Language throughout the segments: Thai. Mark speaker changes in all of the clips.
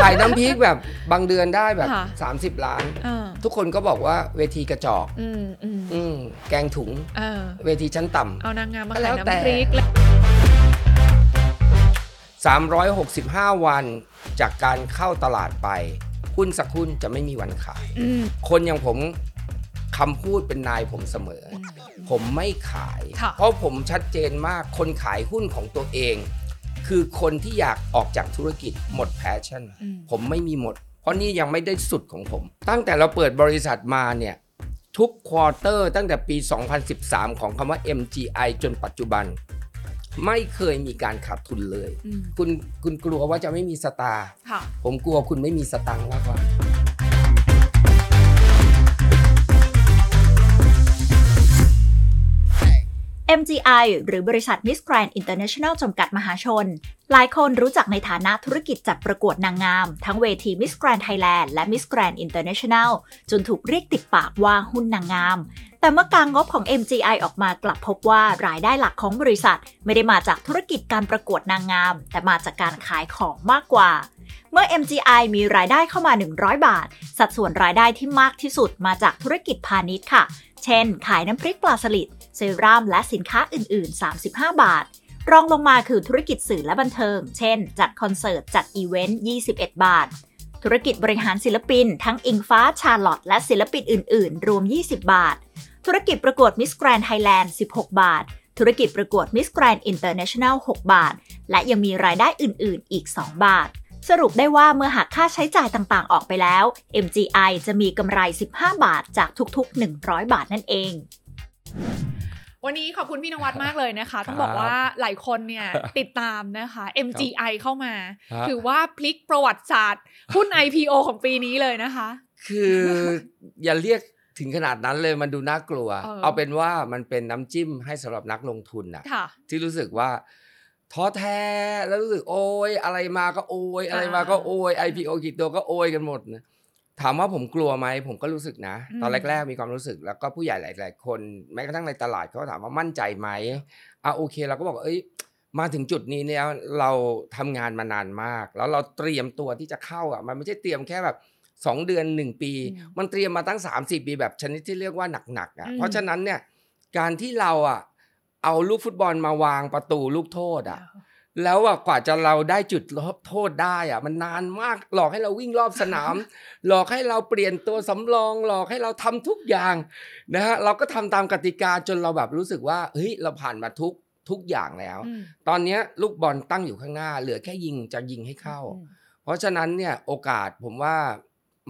Speaker 1: ขายน้ำพริกแบบบางเดือนได้แบบ
Speaker 2: ค่ะ
Speaker 1: สามสิบ30 ล้าน
Speaker 2: อ่า
Speaker 1: ทุกคนก็บอกว่าเวทีกระจอก
Speaker 2: อืมอืม
Speaker 1: อืมแกงถุง
Speaker 2: เออ
Speaker 1: เวทีชั้นต่ำ
Speaker 2: เอานางงามมา
Speaker 1: แล้
Speaker 2: ขายว
Speaker 1: แต่
Speaker 2: น้ำพริกแล้ว
Speaker 1: 365 วันจากการเข้าตลาดไปหุ้นสักหุ้นจะไม่มีวันขาย
Speaker 2: อืม
Speaker 1: คนอย่างผมคำพูดเป็นนายผมเสมอ
Speaker 2: อืม
Speaker 1: ผมไม่ขาย
Speaker 2: ค่ะ
Speaker 1: เพราะผมชัดเจนมากคนขายหุ้นของตัวเอง คือคนที่อยากออกจากธุรกิจหมดแพชชั่น
Speaker 2: อืม
Speaker 1: ผมไม่มีหมด เพราะนี่ยังไม่ได้สุดของผม ตั้งแต่เราเปิดบริษัทมาเนี่ยทุกควอเตอร์ตั้งแต่ปี 2013 ของคำว่า MGI จนปัจจุบัน ไม่เคยมีการขาดทุนเลย
Speaker 2: อืม
Speaker 1: คุณคุณกลัวว่าจะไม่มีสตาร์
Speaker 2: ค่ะ
Speaker 1: ผมกลัวคุณไม่มีสตังค์มากกว่า
Speaker 3: MGI หรือบริษัท Miss Grand International จำกัดมหาชน หลายคนรู้จักในฐานะธุรกิจจัดประกวดนางงาม ทั้งเวที Miss Grand Thailand และ Miss Grand International จนถูกเรียกติดปากว่าหุ้นนางงาม แต่เมื่อกางงบของ MGI ออกมากลับพบว่ารายได้หลักของบริษัท ไม่ได้มาจากธุรกิจการประกวดนางงาม แต่มาจากการขายของมากกว่า เมื่อ MGI มีรายได้เข้ามา 100 บาท สัดส่วนรายได้ที่มากที่สุดมาจากธุรกิจพาณิชย์ค่ะ เช่น ขายน้ำพริกปลาสลิด เซรั่มและสินค้าอื่น ๆ 35 บาท รองลงมาคือธุรกิจสื่อและบันเทิง เช่น จัดคอนเสิร์ต จัดอีเวนต์ 21 บาท ธุรกิจบริหารศิลปิน ทั้งอิงฟ้า ชาลอต และศิลปินอื่น ๆ รวม 20 บาท ธุรกิจประกวดมิสแกรน n d ไทยแลนด์ 16 บาท ธุรกิจประกวดมิสแกรน n d อินเตอร์เนชั่นแนล 6 บาท และยังมีรายได้อื่น ๆ อีก 2 บาท สรุปได้ว่าเมื่อหักค่าใช้จ่ายต่าง ๆ ออกไปแล้ว MGI จะมีกำไร 15 บาทจากทุก ๆ 100 บาทนั่นเอง
Speaker 2: วันนี้ขอบคุณพี่นวัดมากเลยนะคะ ต้องบอกว่าหลายคนเนี่ยติดตามนะคะ MGI เข้ามา
Speaker 1: ฮะ
Speaker 2: ถือว่าพลิกประวัติศาสตร์หุ้น IPO ของปีนี้เลยนะคะ
Speaker 1: คืออย่าเรียกถึงขนาดนั้นเลยมันดูน่ากลัว
Speaker 2: เออ
Speaker 1: เอาเป็นว่ามันเป็นน้ำจิ้มให้สำหรับนักลงทุนนะ
Speaker 2: ค่ะ
Speaker 1: ที่รู้สึกว่าท้อแท้แล้วรู้สึกโอ้ยอะไรมาก็โอ้ยอะไรมาก็โอ้ย IPO กี่ตัวก็โอยกันหมดนะถามว่าผมกลัวไหมผมก็รู้สึกนะ
Speaker 2: อืม
Speaker 1: ตอนแรกๆมีความรู้สึกแล้วก็ผู้ใหญ่หลาย ๆ คน แม้กระทั่งในตลาดเขาก็ถามว่ามั่นใจไหมอ่ะโอเคเราก็บอกเอ้ย มาถึงจุดนี้เนี่ยเราทำงานมานานมาก แล้วเราเตรียมตัวที่จะเข้าอ่ะมันไม่ใช่เตรียมแค่แบบ 2 เดือน 1 ปี
Speaker 2: อืม
Speaker 1: มันเตรียมมาตั้ง 30 ปีแบบชนิดที่เรียกว่าหนักๆอ่ะ
Speaker 2: อืม
Speaker 1: เพราะฉะนั้นเนี่ยการที่เราอ่ะเอาลูกฟุตบอลมาวางประตูลูกโทษอ่ะ แล้วอ่ะกว่าจะเราได้จุดโทษได้อ่ะมันนานมากหลอกให้เราวิ่งรอบส นาม หลอกให้เราเปลี่ยนตัวสำรอง หลอกให้เราทำทุกอย่างนะฮะเราก็ทำตามกติกาจนเราแบบรู้สึกว่าเฮ้ยเราผ่านมาทุกทุกอย่างแล้ว
Speaker 2: อืม
Speaker 1: ตอนเนี้ยลูกบอลตั้งอยู่ข้างหน้า เหลือแค่ยิงจะยิงให้เข้า
Speaker 2: อืม
Speaker 1: เพราะฉะนั้นเนี่ยโอกาสผมว่า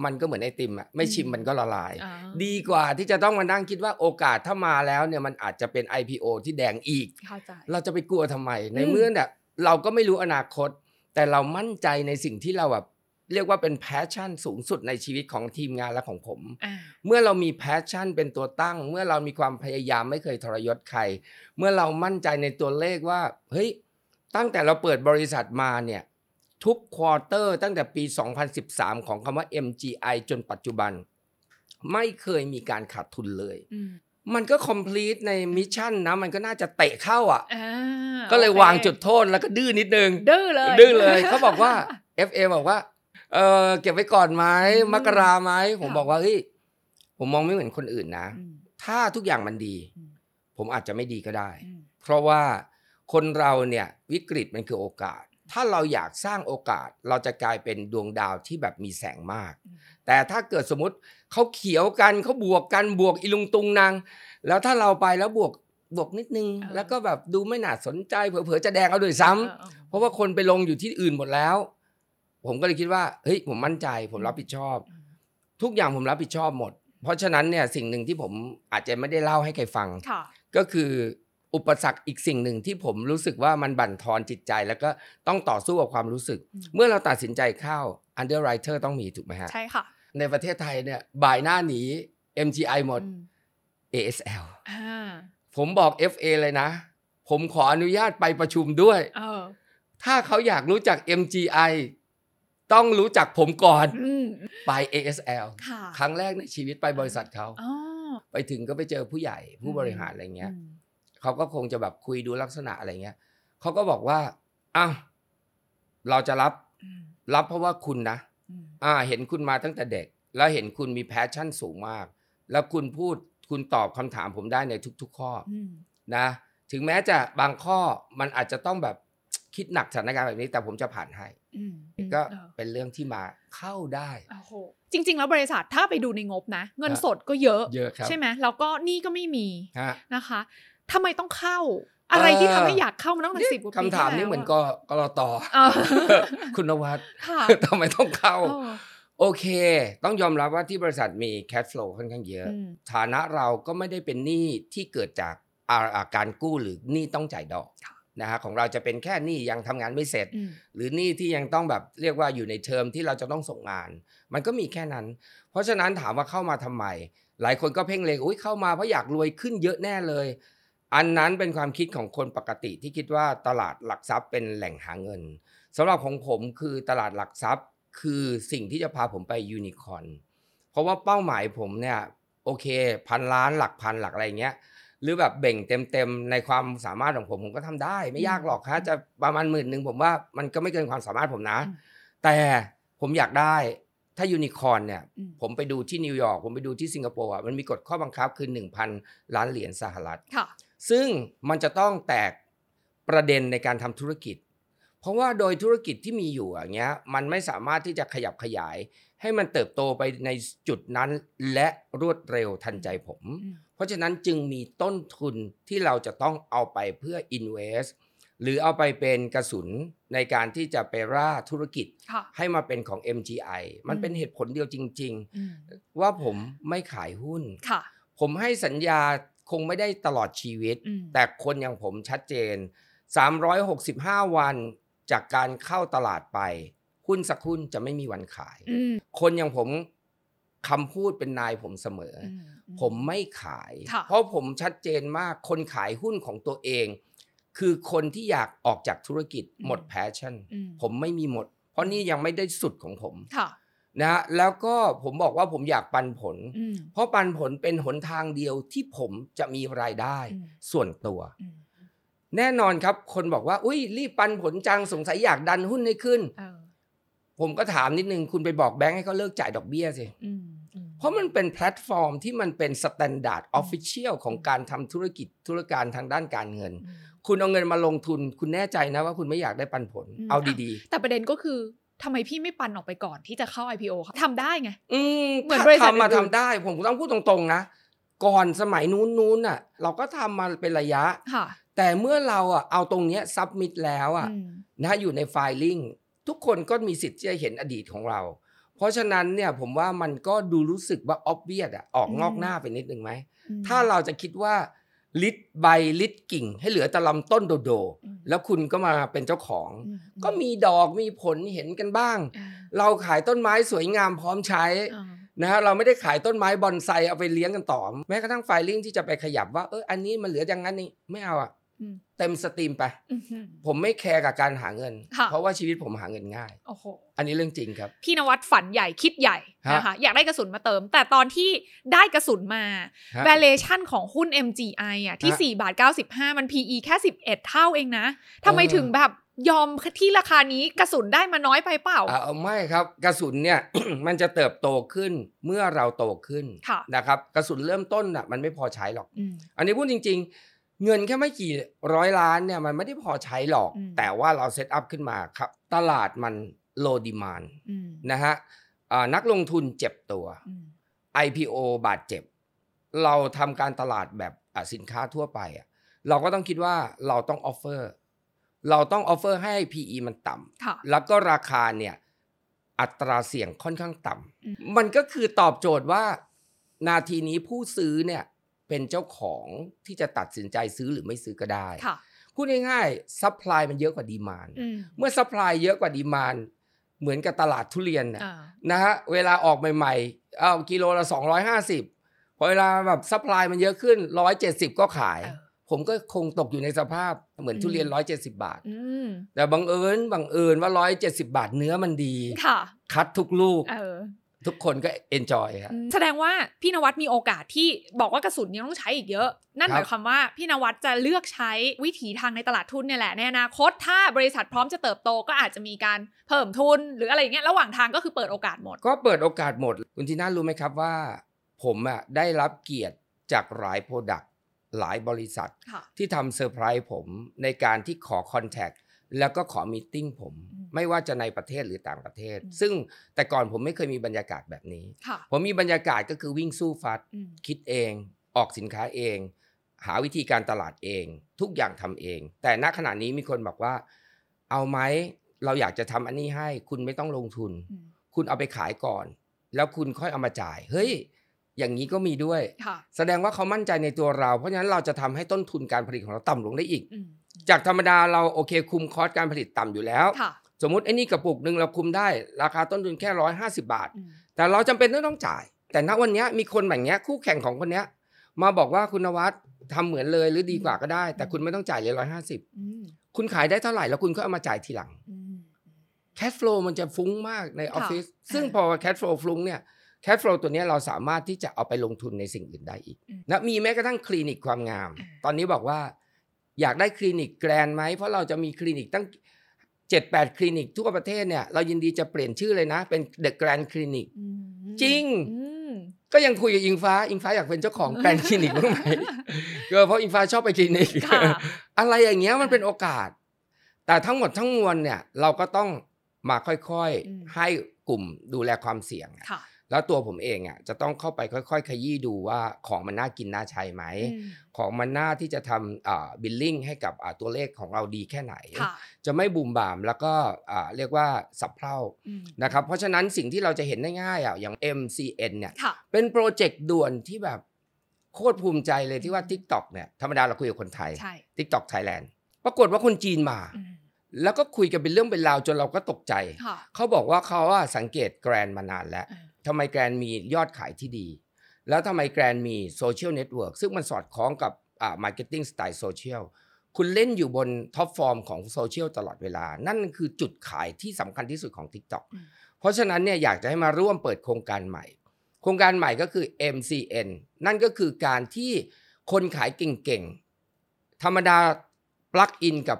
Speaker 1: มันก็เหมือนไอติมอะไม่ชิม
Speaker 2: อืม
Speaker 1: มันก็ละลาย
Speaker 2: อ่า
Speaker 1: ดีกว่าที่จะต้องมานั่งคิดว่าโอกาสถ้ามาแล้วเนี่ยมันอาจจะเป็น IPO ที่แดงอีก
Speaker 2: เข้าใจ
Speaker 1: เราจะไปกลัวทำไม ใน
Speaker 2: อืม
Speaker 1: เมื่อเนี่ยเราก็ไม่รู้อนาคต แต่เรามั่นใจในสิ่งที่เราแบบเรียกว่าเป็นแพชชั่นสูงสุดในชีวิตของทีมงานและของผม
Speaker 2: อ่า
Speaker 1: เมื่อเรามีแพชชั่นเป็นตัวตั้ง เมื่อเรามีความพยายามไม่เคยทรยศใคร เมื่อเรามั่นใจในตัวเลขว่า เฮ้ย ตั้งแต่เราเปิดบริษัทมาเนี่ย ทุกควอเตอร์ตั้งแต่ปี 2013 ของคำว่า MGI จนปัจจุบัน ไม่เคยมีการขาดทุนเลย
Speaker 2: อืม
Speaker 1: มันก็คอม plete ในมิชชั่นนะ มันก็น่าจะเตะเข้าอ่ะ
Speaker 2: อ่า
Speaker 1: ก็เลยวางจุด
Speaker 2: โอ
Speaker 1: โทษแล้วก็ดื้อนิดนึง
Speaker 2: เคดื้อเลย
Speaker 1: ดื้อ เลย เขาบอกว่า FA บอกว่า เออเก็บไว้ก่อนไหม
Speaker 2: อืม
Speaker 1: มกราไหมผม
Speaker 2: ค่ะ
Speaker 1: บอกว่าเฮ้ยผมมองไม่เหมือนคนอื่นนะ
Speaker 2: อืม
Speaker 1: ถ้าทุกอย่างมันดี
Speaker 2: อืม
Speaker 1: ผมอาจจะไม่ดีก็ได้
Speaker 2: อืม
Speaker 1: เพราะว่าคนเราเนี่ยวิกฤตมันคือโอกาส ถ้าเราอยากสร้างโอกาส เราจะกลายเป็นดวงดาวที่แบบมีแสงมาก
Speaker 2: อืม
Speaker 1: แต่ถ้าเกิดสมมติเขาเขียวกันเขาบวกกันบวกอีลุงตุงนางแล้วถ้าเราไปแล้วบวกบวกนิดนึง
Speaker 2: เออ
Speaker 1: แล้วก็แบบดูไม่น่าสนใจเผลอๆจะแดงเอาด้วยซ้ำ
Speaker 2: เออ
Speaker 1: เพราะว่าคนไปลงอยู่ที่อื่นหมดแล้ว ผมก็เลยคิดว่า เฮ้ย ผมมั่นใจ ผมรับผิดชอบ ทุกอย่างผมรับผิดชอบหมด เพราะฉะนั้นเนี่ยสิ่งหนึ่งที่ผมอาจจะไม่ได้เล่าให้ใครฟัง
Speaker 2: ค่ะ
Speaker 1: ก็คืออุปสรรคอีกสิ่งหนึ่งที่ผมรู้สึกว่ามันบั่นทอนจิตใจ แล้วก็ต้องต่อสู้กับความรู้สึก
Speaker 2: อืม
Speaker 1: เมื่อเราตัดสินใจเข้า underwriter ต้องมีถูกไหมฮะ
Speaker 2: ใช่ค่ะ
Speaker 1: ในประเทศไทยเนี่ยบ่ายหน้าหนี MGI หมด
Speaker 2: อืม
Speaker 1: ASL
Speaker 2: อ่า
Speaker 1: ผมบอก FA เลยนะ ผมขออนุญาตไปประชุมด้วย
Speaker 2: เออ
Speaker 1: ถ้าเขาอยากรู้จัก MGI ต้องรู้จักผมก่อน
Speaker 2: อืม
Speaker 1: ไป ASL
Speaker 2: ค่ะ
Speaker 1: ครั้งแรกในชีวิตไปบริษัทเขา
Speaker 2: อ๋อ
Speaker 1: ไปถึงก็ไปเจอผู้ใหญ่ผู้บริหารอะไรเงี้ยเขาก็คงจะแบบคุยดูลักษณะอะไรเงี้ยเขาก็บอกว่าอ้าวเราจะรับ รับเพราะว่าคุณนะ
Speaker 2: อืม
Speaker 1: อ่าเห็นคุณมาตั้งแต่เด็ก แล้วเห็นคุณมีแพชชั่นสูงมาก แล้วคุณพูดคุณตอบคำถามผมได้ในทุก ๆ ข้อ
Speaker 2: อืม
Speaker 1: นะ ถึงแม้จะบางข้อมันอาจจะต้องแบบคิดหนักสถานการณ์แบบนี้ แต่ผมจะผ่านให้
Speaker 2: อืม
Speaker 1: ก็
Speaker 2: เออ
Speaker 1: เป็นเรื่องที่มาเข้าได้
Speaker 2: โอ้โหจริง ๆ แล้วบริษัทถ้าไปดูในงบนะ เงิน
Speaker 1: ฮะ
Speaker 2: สดก็เยอะ
Speaker 1: เยอะครับ
Speaker 2: ใช่ไหมแล้วก็หนี่ก็ไม่มี
Speaker 1: ฮะ
Speaker 2: นะคะทำไมต้องเข้า อะไรที่ทำให้อยากเข้ามันต้องแต่
Speaker 1: เนี่ย
Speaker 2: สิบกว่าปี
Speaker 1: คำถามนี้เหมือนก
Speaker 2: แล้วะ
Speaker 1: กรต
Speaker 2: เออ
Speaker 1: คุณนวัด
Speaker 2: ค่ะ
Speaker 1: ทำไมต้อง เข้า
Speaker 2: เออ
Speaker 1: โอเค ต้องยอมรับว่าที่บริษัทมี cash flow ค่อนข้างเยอะ
Speaker 2: อืม
Speaker 1: ฐานะเราก็ไม่ได้เป็นหนี้ที่เกิดจากอ่าอ่าการกู้หรือหนี้ต้องจ่ายดอกนะฮะของเราจะเป็นแค่หนี้ยังทำงานไม่เสร็จ
Speaker 2: อืม
Speaker 1: หรือหนี้ที่ยังต้องแบบเรียกว่าอยู่ในเทอมที่เราจะต้องส่งงาน มันก็มีแค่นั้น เพราะฉะนั้นถามว่าเข้ามาทำไม หลายคนก็เพ่งเลงอุ้ยเข้ามาเพราะอยากรวยขึ้นเยอะแน่เลย อันนั้นเป็นความคิดของคนปกติที่คิดว่าตลาดหลักทรัพย์เป็นแหล่งหาเงินสำหรับของผมคือตลาดหลักทรัพย์คือสิ่งที่จะพาผมไปยูนิคอร์นเพราะว่าเป้าหมายผมเนี่ยโอเค พันล้านหลักพันหลักอะไรอย่างเงี้ย หรือแบบเบ่งเต็มๆในความสามารถของผมผมก็ทำได้ ไม่ยากหรอกฮะจะประมาณหมื่นหนึ่งผมว่ามันก็ไม่เกินความสามารถผมนะ แต่ผมอยากได้ถ้ายูนิคอร์นเนี่ย
Speaker 2: อืม
Speaker 1: ผมไปดูที่นิวยอร์กผมไปดูที่สิงคโปร์อ่ะมันมีกฎข้อบังคับคือ 1,000 ล้านเหรียญสหรัฐ
Speaker 2: ค่ะ
Speaker 1: ซึ่งมันจะต้องแตกประเด็นในการทำธุรกิจ เพราะว่าโดยธุรกิจที่มีอยู่อย่างเงี้ยมันไม่สามารถที่จะขยับขยาย ให้มันเติบโตไปในจุดนั้นและรวดเร็วทันใจผม
Speaker 2: อืม
Speaker 1: เพราะฉะนั้นจึงมีต้นทุนที่เราจะต้องเอาไปเพื่อ invest หรือเอาไปเป็นกระสุนในการที่จะไปร่าธุรกิจ
Speaker 2: ค่ะ
Speaker 1: ให้มาเป็นของ MGI มัน
Speaker 2: อืม
Speaker 1: เป็นเหตุผลเดียวจริง
Speaker 2: อืม
Speaker 1: ๆ ว่าผมไม่ขายหุ้น
Speaker 2: ค่ะ
Speaker 1: ผมให้สัญญาคงไม่ได้ตลอดชีวิต
Speaker 2: อืม
Speaker 1: แต่คนอย่างผมชัดเจน 365 วันจากการเข้าตลาดไป หุ้นสักหุ้นจะไม่มีวันขาย
Speaker 2: อืม
Speaker 1: คนอย่างผมคำพูดเป็นนายผมเสมออ
Speaker 2: อื
Speaker 1: ผมไม่ขาย
Speaker 2: ค่ะ
Speaker 1: เพราะผมชัดเจนมากคนขายหุ้นของตัวเอง คือคนที่อยากออกจากธุรกิจหมดแพชชั่น
Speaker 2: อืม
Speaker 1: ผมไม่มีหมด เพราะนี่ยังไม่ได้สุดของผม
Speaker 2: ค่ะ
Speaker 1: นะฮะแล้วก็ผมบอกว่าผมอยากปันผล
Speaker 2: อืม
Speaker 1: เพราะปันผลเป็นหนทางเดียวที่ผมจะมีรายได้
Speaker 2: อืม
Speaker 1: ส่วนตัว
Speaker 2: อืม
Speaker 1: แน่นอนครับ คนบอกว่า อุ้ยรีบปันผลจังสงสัยอยากดันหุ้นให้ขึ้น
Speaker 2: เออ
Speaker 1: ผมก็ถามนิดนึง คุณไปบอกแบงค์ให้เขาเลิกจ่ายดอกเบี้ยสิ
Speaker 2: อืมอืม
Speaker 1: เพราะมันเป็นแพลตฟอร์มที่มันเป็นสแตนดาร์ดออฟฟิเชียลของการทำธุรกิจธุรการทางด้านการเงิน
Speaker 2: อืม
Speaker 1: คุณเอาเงินมาลงทุน คุณแน่ใจนะว่าคุณไม่อยากได้ปันผล
Speaker 2: อืม
Speaker 1: เอาดี
Speaker 2: แต่ประเด็นก็คือทำไมพี่ไม่ปันออกไปก่อนที่จะเข้า IPO ค่ะทำได้ไง
Speaker 1: ๆ อืม
Speaker 2: เหมือน
Speaker 1: ถ้า
Speaker 2: บริษัท
Speaker 1: ทำมา
Speaker 2: อื่นๆ
Speaker 1: ทำได้ ผมต้องพูดตรงๆนะ ก่อนสมัยนู้นๆน่ะ เราก็ทำมาเป็นระยะ
Speaker 2: ค่ะ
Speaker 1: แต่เมื่อเราอ่ะเอาตรงเนี้ยซับมิดแล้วอ่ะ
Speaker 2: อืม
Speaker 1: นะอยู่ในไฟลิ่งทุกคนก็มีสิทธิ์ที่จะเห็นอดีตของเรา เพราะฉะนั้นเนี่ยผมว่ามันก็ดูรู้สึกว่าออบเวียดอ่ะออกนอกหน้าไปนิดนึงไหม
Speaker 2: อืม
Speaker 1: ถ้าเราจะคิดว่าลิดใบลิดกิ่ง ให้เหลือแต่ลำต้นโดโด
Speaker 2: อืม
Speaker 1: แล้วคุณก็มาเป็นเจ้าของ
Speaker 2: อืม
Speaker 1: ก็มีดอกมีผลเห็นกันบ้าง
Speaker 2: อ่า
Speaker 1: เราขายต้นไม้สวยงามพร้อมใช้
Speaker 2: อ่า
Speaker 1: นะฮะเราไม่ได้ขายต้นไม้บอนไซเอาไปเลี้ยงกันต่อ แม้กระทั่งไฟลิ่งที่จะไปขยับว่าเอออันนี้มันเหลืออย่างนั้นนี่ไม่เอาอะ
Speaker 2: อืม
Speaker 1: เต็มสตรีมไป
Speaker 2: อืม
Speaker 1: ผมไม่แคร์กับการหาเงิน
Speaker 2: ค่ะ
Speaker 1: เพราะว่าชีวิตผมหาเงินง่าย
Speaker 2: โอ้โห
Speaker 1: อันนี้เรื่องจริงครับ
Speaker 2: พี่นวัดฝันใหญ่คิดใหญ่
Speaker 1: ฮะ
Speaker 2: นะคะอยากได้กระสุนมาเติม แต่ตอนที่ได้กระสุนมา
Speaker 1: ฮะ
Speaker 2: valuation ของหุ้น MGI อ่ะที่
Speaker 1: ฮะ
Speaker 2: 4บาท95 มัน PE แค่ 11 เท่าเองนะทำไม
Speaker 1: เออ
Speaker 2: ถึงแบบยอมที่ราคานี้กระสุนได้มาน้อยไปเปล่า
Speaker 1: อ่าเอาไม่ครับ กระสุนเนี่ย มันจะเติบโตขึ้นเมื่อเราโตขึ้น
Speaker 2: ค่ะ
Speaker 1: นะครับกระสุนเริ่มต้นอ่ะมันไม่พอใช้หรอก
Speaker 2: อืม
Speaker 1: อันนี้พูดจริง ๆ เงินแค่ไม่กี่ร้อยล้านเนี่ยมันไม่ได้พอใช้หรอก
Speaker 2: อืม
Speaker 1: แต่ว่าเราเซตอัพขึ้นมาครับตลาดมันโลดีมาน
Speaker 2: อืม
Speaker 1: นะฮะอ่านักลงทุนเจ็บตัว
Speaker 2: อืม
Speaker 1: IPO บาดเจ็บ เราทำการตลาดแบบอ่ะสินค้าทั่วไปอ่ะเราก็ต้องคิดว่าเราต้องออฟเฟอร์เราต้องออฟเฟอร์ให้ PE มันต่
Speaker 2: ค่ะ
Speaker 1: ำแล้วก็ราคาเนี่ยอัตราเสี่ยงค่อนข้างต่
Speaker 2: อืม
Speaker 1: ำมันก็คือตอบโจทย์ว่า นาทีนี้ผู้ซื้อเนี่ยเป็นเจ้าของที่จะตัดสินใจซื้อหรือไม่ซื้อก็ได้
Speaker 2: ค่ะ
Speaker 1: พูดง่ายๆซัพพลายมันเยอะกว่าดีมาน
Speaker 2: อืม
Speaker 1: เมื่อซัพพลายเยอะกว่าดีมานเหมือนกับตลาดทุเรียนน่ะ
Speaker 2: อ่า
Speaker 1: นะฮะเวลาออกใหม่ๆเอากิโลละ 250 พอเวลาแบบซัพพลายมันเยอะขึ้น 170 ก็ขาย
Speaker 2: เออ
Speaker 1: ผมก็คงตกอยู่ในสภาพเหมือน
Speaker 2: อืม
Speaker 1: ทุเรียน 170 บาท
Speaker 2: อืม
Speaker 1: แต่บังเอิญบังเอิญว่า 170 บาทเนื้อมันดี
Speaker 2: ค่ะ
Speaker 1: คัดทุกลูก
Speaker 2: เออ
Speaker 1: ทุกคนก็เอนจอยครับ
Speaker 2: แสดงว่าพี่นวัดมีโอกาสที่บอกว่ากระสุนยังต้องใช้อีกเยอะ นั่น
Speaker 1: ครับ
Speaker 2: หมายความว่าพี่นวัดจะเลือกใช้วิถีทางในตลาดทุนเนี่ยแหละในอนาคตถ้าบริษัทพร้อมจะเติบโตก็อาจจะมีการเพิ่มทุน หรืออะไรอย่างเงี้ยระหว่างทางก็คือเปิดโอกาสหมด
Speaker 1: ก็เปิดโอกาสหมด คุณทีน่ารู้ไหมครับว่า ผมอ่ะได้รับเกียรติจากหลายโปรดักต์หลายบริษัท
Speaker 2: ค่ะ
Speaker 1: ที่ทำเซอร์ไพรส์ผมในการที่ขอคอนแทคแล้วก็ขอมีตติ้งผม
Speaker 2: อืม
Speaker 1: ไม่ว่าจะในประเทศหรือต่างประเทศ
Speaker 2: อืม
Speaker 1: ซึ่งแต่ก่อนผมไม่เคยมีบรรยากาศแบบนี้
Speaker 2: ค่ะ
Speaker 1: ผมมีบรรยากาศก็คือวิ่งสู้ฟัด
Speaker 2: อืม
Speaker 1: คิดเอง ออกสินค้าเอง หาวิธีการตลาดเอง ทุกอย่างทำเอง แต่ณขณะนี้มีคนบอกว่า เอาไหมเราอยากจะทำอันนี้ให้ คุณไม่ต้องลงทุน
Speaker 2: อืม
Speaker 1: คุณเอาไปขายก่อน แล้วคุณค่อยเอามาจ่าย เฮ้ย อย่างนี้ก็มีด้วย
Speaker 2: ค่ะ
Speaker 1: แสดงว่าเขามั่นใจในตัวเรา เพราะฉะนั้นเราจะทำให้ต้นทุนการผลิตของเราต่ำลงได้อีก
Speaker 2: อืม
Speaker 1: จากธรรมดาเราโอเคคุมคอสการผลิตต่ำอยู่แล้ว
Speaker 2: ค่ะ
Speaker 1: สมมติไอ้นี่กระปุกหนึ่งเราคุมได้ ราคาต้นทุนแค่ร้อยห้าสิบาท
Speaker 2: อืม
Speaker 1: แต่เราจำเป็นต้องต้องจ่าย แต่ณวันเนี้ยมีคนแบบเนี้ยคู่แข่งของคนเนี้ย มาบอกว่าคุณนวัดทำเหมือนเลยหรือดีกว่าก็ได้ แต่คุณไม่ต้องจ่ายเลยร้อยห้าสิบ
Speaker 2: อืม
Speaker 1: คุณขายได้เท่าไหร่แล้วคุณก็เอามาจ่ายทีหลัง
Speaker 2: อืม
Speaker 1: แคชฟลูมันจะฟุ้งมากในออฟฟิศซึ่งพอแคชฟลูฟุ้งเนี่ยแคชฟลูตัวเนี้ยเราสามารถที่จะเอาไปลงทุนในสิ่งอื่นได้อีก
Speaker 2: อืม
Speaker 1: นะมีแม้กระทั่งคลินิกความงาม
Speaker 2: อ่า
Speaker 1: ตอนนี้บอกว่า อยากได้คลินิกแกรนด์ไหม เพราะเราจะมีคลินิกตั้ง 78 คลินิกทั่วประเทศเนี่ยเรายินดีจะเปลี่ยนชื่อเลยนะ เป็นเดอะแกรนด์คลินิก
Speaker 2: อืม
Speaker 1: จริง
Speaker 2: อืม
Speaker 1: ก็ยังคุยกับอิงฟ้าอิงฟ้าอยากเป็นเจ้าข องแกรนด์คลินิกบ้างไหม ก็เพราะอิงฟ้าชอบไปคลินิก
Speaker 2: ค่ะ
Speaker 1: อะไรอย่างเงี้ยมันเป็นโอกาส แต่ทั้งหมดทั้งมวลเนี่ยเราก็ต้องมาค่อย
Speaker 2: อืม
Speaker 1: ๆ ให้กลุ่มดูแลความเสี่ยงอะ
Speaker 2: ค่ะ
Speaker 1: แล้วตัวผมเองอ่ะจะต้องเข้าไปค่อยๆ ขยี้ดูว่าของมันน่ากินน่าใช้ไหม
Speaker 2: อืม
Speaker 1: ของมันน่าที่จะทำบิลลิ่งให้กับอ่าตัวเลขของเราดีแค่ไหน
Speaker 2: ค่ะ
Speaker 1: จะไม่บูมบามแล้วก็อ่าเรียกว่าสับเพร่า
Speaker 2: อืม
Speaker 1: นะครับเพราะฉะนั้นสิ่งที่เราจะเห็นได้ง่ายอ่ะอย่าง MCN เนี่ย
Speaker 2: ค่ะ
Speaker 1: เป็นโปรเจกต์ด่วนที่แบบโคตรภูมิใจเลยที่ว่า TikTok เนี่ยธรรมดาเราคุยกับคนไทย
Speaker 2: ใช่
Speaker 1: TikTok Thailand ปรากฏว่าคนจีนมา
Speaker 2: อืม
Speaker 1: แล้วก็คุยกันเป็นเรื่องเป็นราวจนเราก็ตกใจ
Speaker 2: ค่ะ
Speaker 1: เขาบอกว่าเขาอะสังเกตแกรนมานานแล้ว
Speaker 2: อืม
Speaker 1: ทำไมแกรนมียอดขายที่ดี แล้วทำไมแกรนมีโซเชียลเน็ตเวิร์กซึ่งมันสอดคล้องกับอ่ามาร์เก็ตติ้งสไตล์โซเชียลคุณเล่นอยู่บนท็อปฟอร์มของโซเชียลตลอดเวลา นั่นคือจุดขายที่สำคัญที่สุดของ TikTok
Speaker 2: อืม
Speaker 1: เพราะฉะนั้นเนี่ยอยากจะให้มาร่วมเปิดโครงการใหม่ โครงการใหม่ก็คือ MCN นั่นก็คือการที่คนขายเก่งๆ ธรรมดาปลั๊กอินกับ